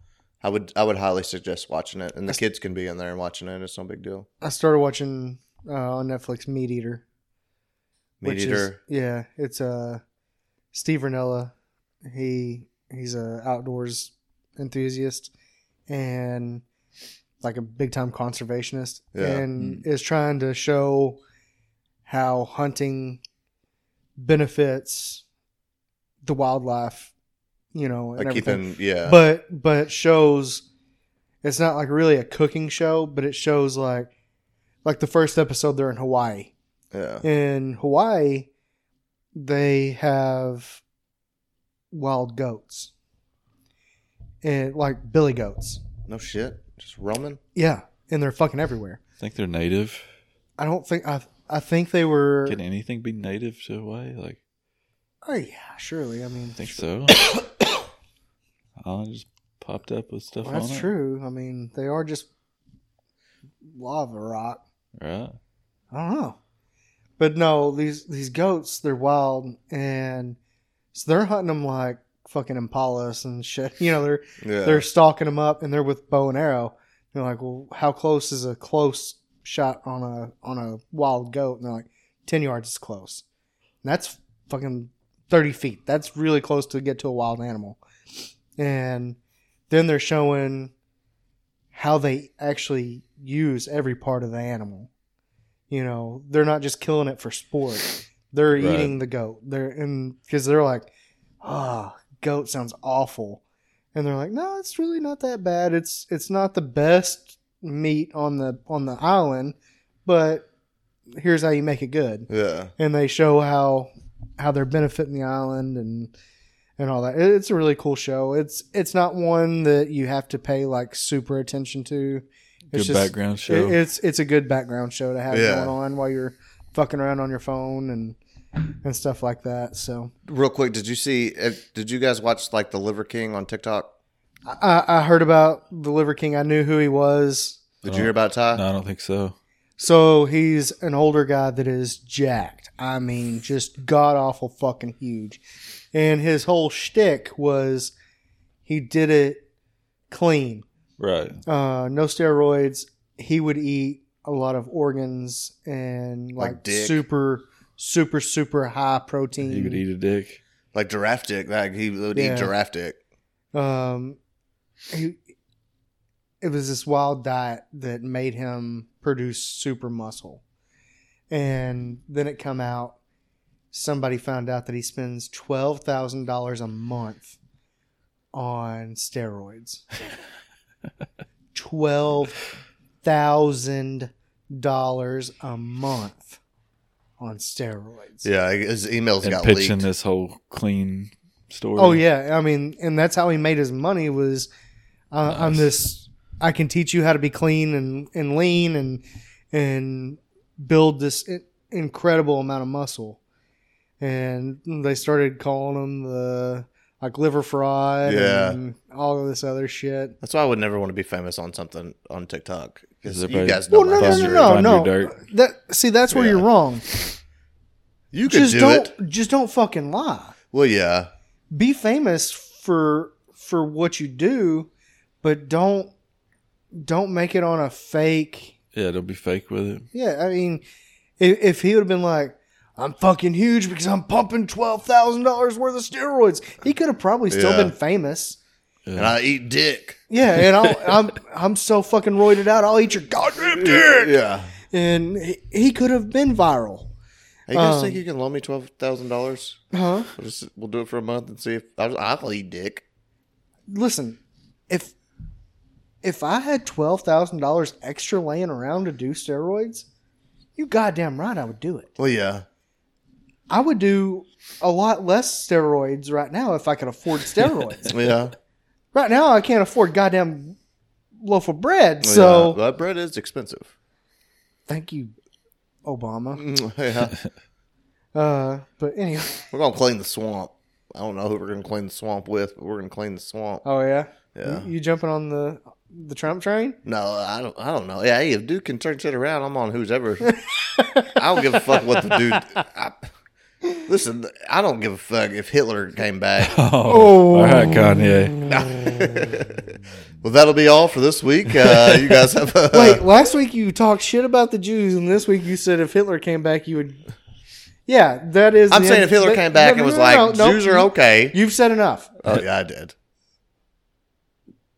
Speaker 1: I would I would highly suggest watching it, and the kids can be in there and watching it. It's no big deal.
Speaker 3: I started watching uh, on Netflix Meat Eater.
Speaker 1: Meat
Speaker 3: which
Speaker 1: Eater.
Speaker 3: Is, yeah, it's uh, Steve Renella. He he's a outdoors enthusiast and like a big time conservationist,
Speaker 1: Yeah.
Speaker 3: and is trying to show how hunting benefits the wildlife. You know, and
Speaker 1: like uh,
Speaker 3: everything
Speaker 1: keeping yeah
Speaker 3: but but it shows it's not like really a cooking show but it shows like like the first episode they're in hawaii
Speaker 1: yeah
Speaker 3: in hawaii they have wild goats and like billy goats
Speaker 1: no shit just roaming
Speaker 3: yeah and they're fucking everywhere
Speaker 2: I think they're native.
Speaker 3: i don't think i i think they were
Speaker 2: Can anything be native to Hawaii? Like,
Speaker 3: oh yeah surely i mean
Speaker 2: I think so. Island just popped up with stuff
Speaker 3: well,
Speaker 2: on
Speaker 3: that's
Speaker 2: it.
Speaker 3: true i mean they are just lava rock
Speaker 2: Right.
Speaker 3: I don't know. But no, these these goats, they're wild, and so they're hunting them like fucking impalas and shit. You know, they're
Speaker 1: yeah
Speaker 3: they're stalking them up, and they're with bow and arrow. They're like, well, how close is a close shot on a on a wild goat? And they're like, ten yards is close. And that's fucking thirty feet. That's really close to get to a wild animal. And then they're showing how they actually use every part of the animal. You know, they're not just killing it for sport. They're
Speaker 2: Right.
Speaker 3: eating the goat. They're and because they're like, ah, goat sounds awful, and they're like, no, it's really not that bad. It's it's not the best meat on the on the island, but here's how you make it good.
Speaker 1: yeah
Speaker 3: And they show how how they're benefiting the island and and all that. It- It's a really cool show. It's it's not one that you have to pay like super attention to.
Speaker 2: Good
Speaker 3: It's
Speaker 2: background show.
Speaker 3: it- it's it's a good background show to have
Speaker 1: Yeah.
Speaker 3: going on while you're fucking around on your phone and and stuff like that. So
Speaker 1: real quick did you see uh, did you guys watch like the Liver King on TikTok
Speaker 3: I, I heard about the Liver King. I knew who he was.
Speaker 1: did
Speaker 2: No.
Speaker 3: Uh,
Speaker 1: you hear about Ty
Speaker 2: no, I don't think so.
Speaker 3: So he's an older guy that is jacked. I mean, just god awful fucking huge. And his whole shtick was he did it clean,
Speaker 2: Right.
Speaker 3: uh, no steroids. He would eat a lot of organs and
Speaker 1: Like
Speaker 3: like,
Speaker 1: dick.
Speaker 3: super, super, super high protein.
Speaker 2: You could eat a dick.
Speaker 1: like giraffe dick like he would
Speaker 3: Yeah.
Speaker 1: eat giraffe dick
Speaker 3: um he, it was this wild diet that made him produce super muscle and then it come out somebody found out that he spends $12,000 a month on steroids $12,000 a month on steroids
Speaker 1: yeah his emails
Speaker 2: and
Speaker 1: got
Speaker 2: pitching
Speaker 1: leaked
Speaker 2: this whole clean story.
Speaker 3: Oh yeah, I mean, and that's how he made his money was uh, I'm
Speaker 2: Nice.
Speaker 3: this. I can teach you how to be clean and, and lean and and build this in- incredible amount of muscle. And they started calling him the like liver fraud
Speaker 1: Yeah.
Speaker 3: and all of this other shit.
Speaker 1: that's why I would never want to be famous on something on TikTok
Speaker 2: Is
Speaker 1: because
Speaker 2: there
Speaker 1: you
Speaker 2: probably-
Speaker 1: guys know
Speaker 3: Well, no,
Speaker 1: my
Speaker 3: no,
Speaker 1: history.
Speaker 3: no, no,
Speaker 2: Find your
Speaker 3: no.
Speaker 2: dirt.
Speaker 3: That see, that's where
Speaker 1: Yeah.
Speaker 3: you're wrong.
Speaker 1: you could
Speaker 3: Just
Speaker 1: do
Speaker 3: don't,
Speaker 1: it
Speaker 3: just don't fucking lie.
Speaker 1: well yeah
Speaker 3: be famous for for what you do, but don't don't make it on a fake.
Speaker 2: Yeah, don't be fake with it.
Speaker 3: Yeah, I mean, if, if he would have been like, "I'm fucking huge because I'm pumping twelve thousand dollars worth of steroids," he could have probably still
Speaker 1: Yeah.
Speaker 3: been famous.
Speaker 1: and I eat dick
Speaker 3: Yeah, and I'll, I'm I'm so fucking roided out. I'll eat your goddamn dick.
Speaker 1: yeah
Speaker 3: And he, he could have been viral,
Speaker 1: Hey, you guys
Speaker 3: Um,
Speaker 1: think you can loan me twelve thousand dollars
Speaker 3: huh?
Speaker 1: We'll just we'll do it for a month and see if I'll, I'll eat dick.
Speaker 3: listen, if if I had twelve thousand dollars extra laying around to do steroids, you goddamn right I would do it.
Speaker 1: Well, yeah,
Speaker 3: I would do a lot less steroids right now if I could afford steroids.
Speaker 1: yeah.
Speaker 3: right now I can't afford goddamn loaf of bread,
Speaker 1: Well,
Speaker 3: so
Speaker 1: yeah. Well, bread is expensive.
Speaker 3: thank you, Obama.
Speaker 1: yeah,
Speaker 3: Uh, but anyway,
Speaker 1: we're gonna clean the swamp. I don't know who we're gonna clean the swamp with, but we're gonna clean the swamp.
Speaker 3: oh yeah,
Speaker 1: Yeah,
Speaker 3: you, you jumping on the the Trump train?
Speaker 1: No, I don't. I don't know. Yeah, hey, if dude can turn shit around, I'm on who's ever. I don't give a fuck what the dude. I, listen, I don't give a fuck if Hitler came back.
Speaker 2: Oh, all right, Kanye.
Speaker 1: well, that'll be all for this week. Uh, you guys have a,
Speaker 3: Wait, last week you talked shit about the Jews, and this week you said if Hitler came back, you would. Yeah, that is.
Speaker 1: I'm
Speaker 3: the
Speaker 1: saying
Speaker 3: end-
Speaker 1: if Hitler
Speaker 3: but-
Speaker 1: came back and
Speaker 3: no, no,
Speaker 1: was
Speaker 3: no,
Speaker 1: like
Speaker 3: no, no,
Speaker 1: Jews
Speaker 3: you-
Speaker 1: are okay.
Speaker 3: You've said enough.
Speaker 1: Oh yeah, I did.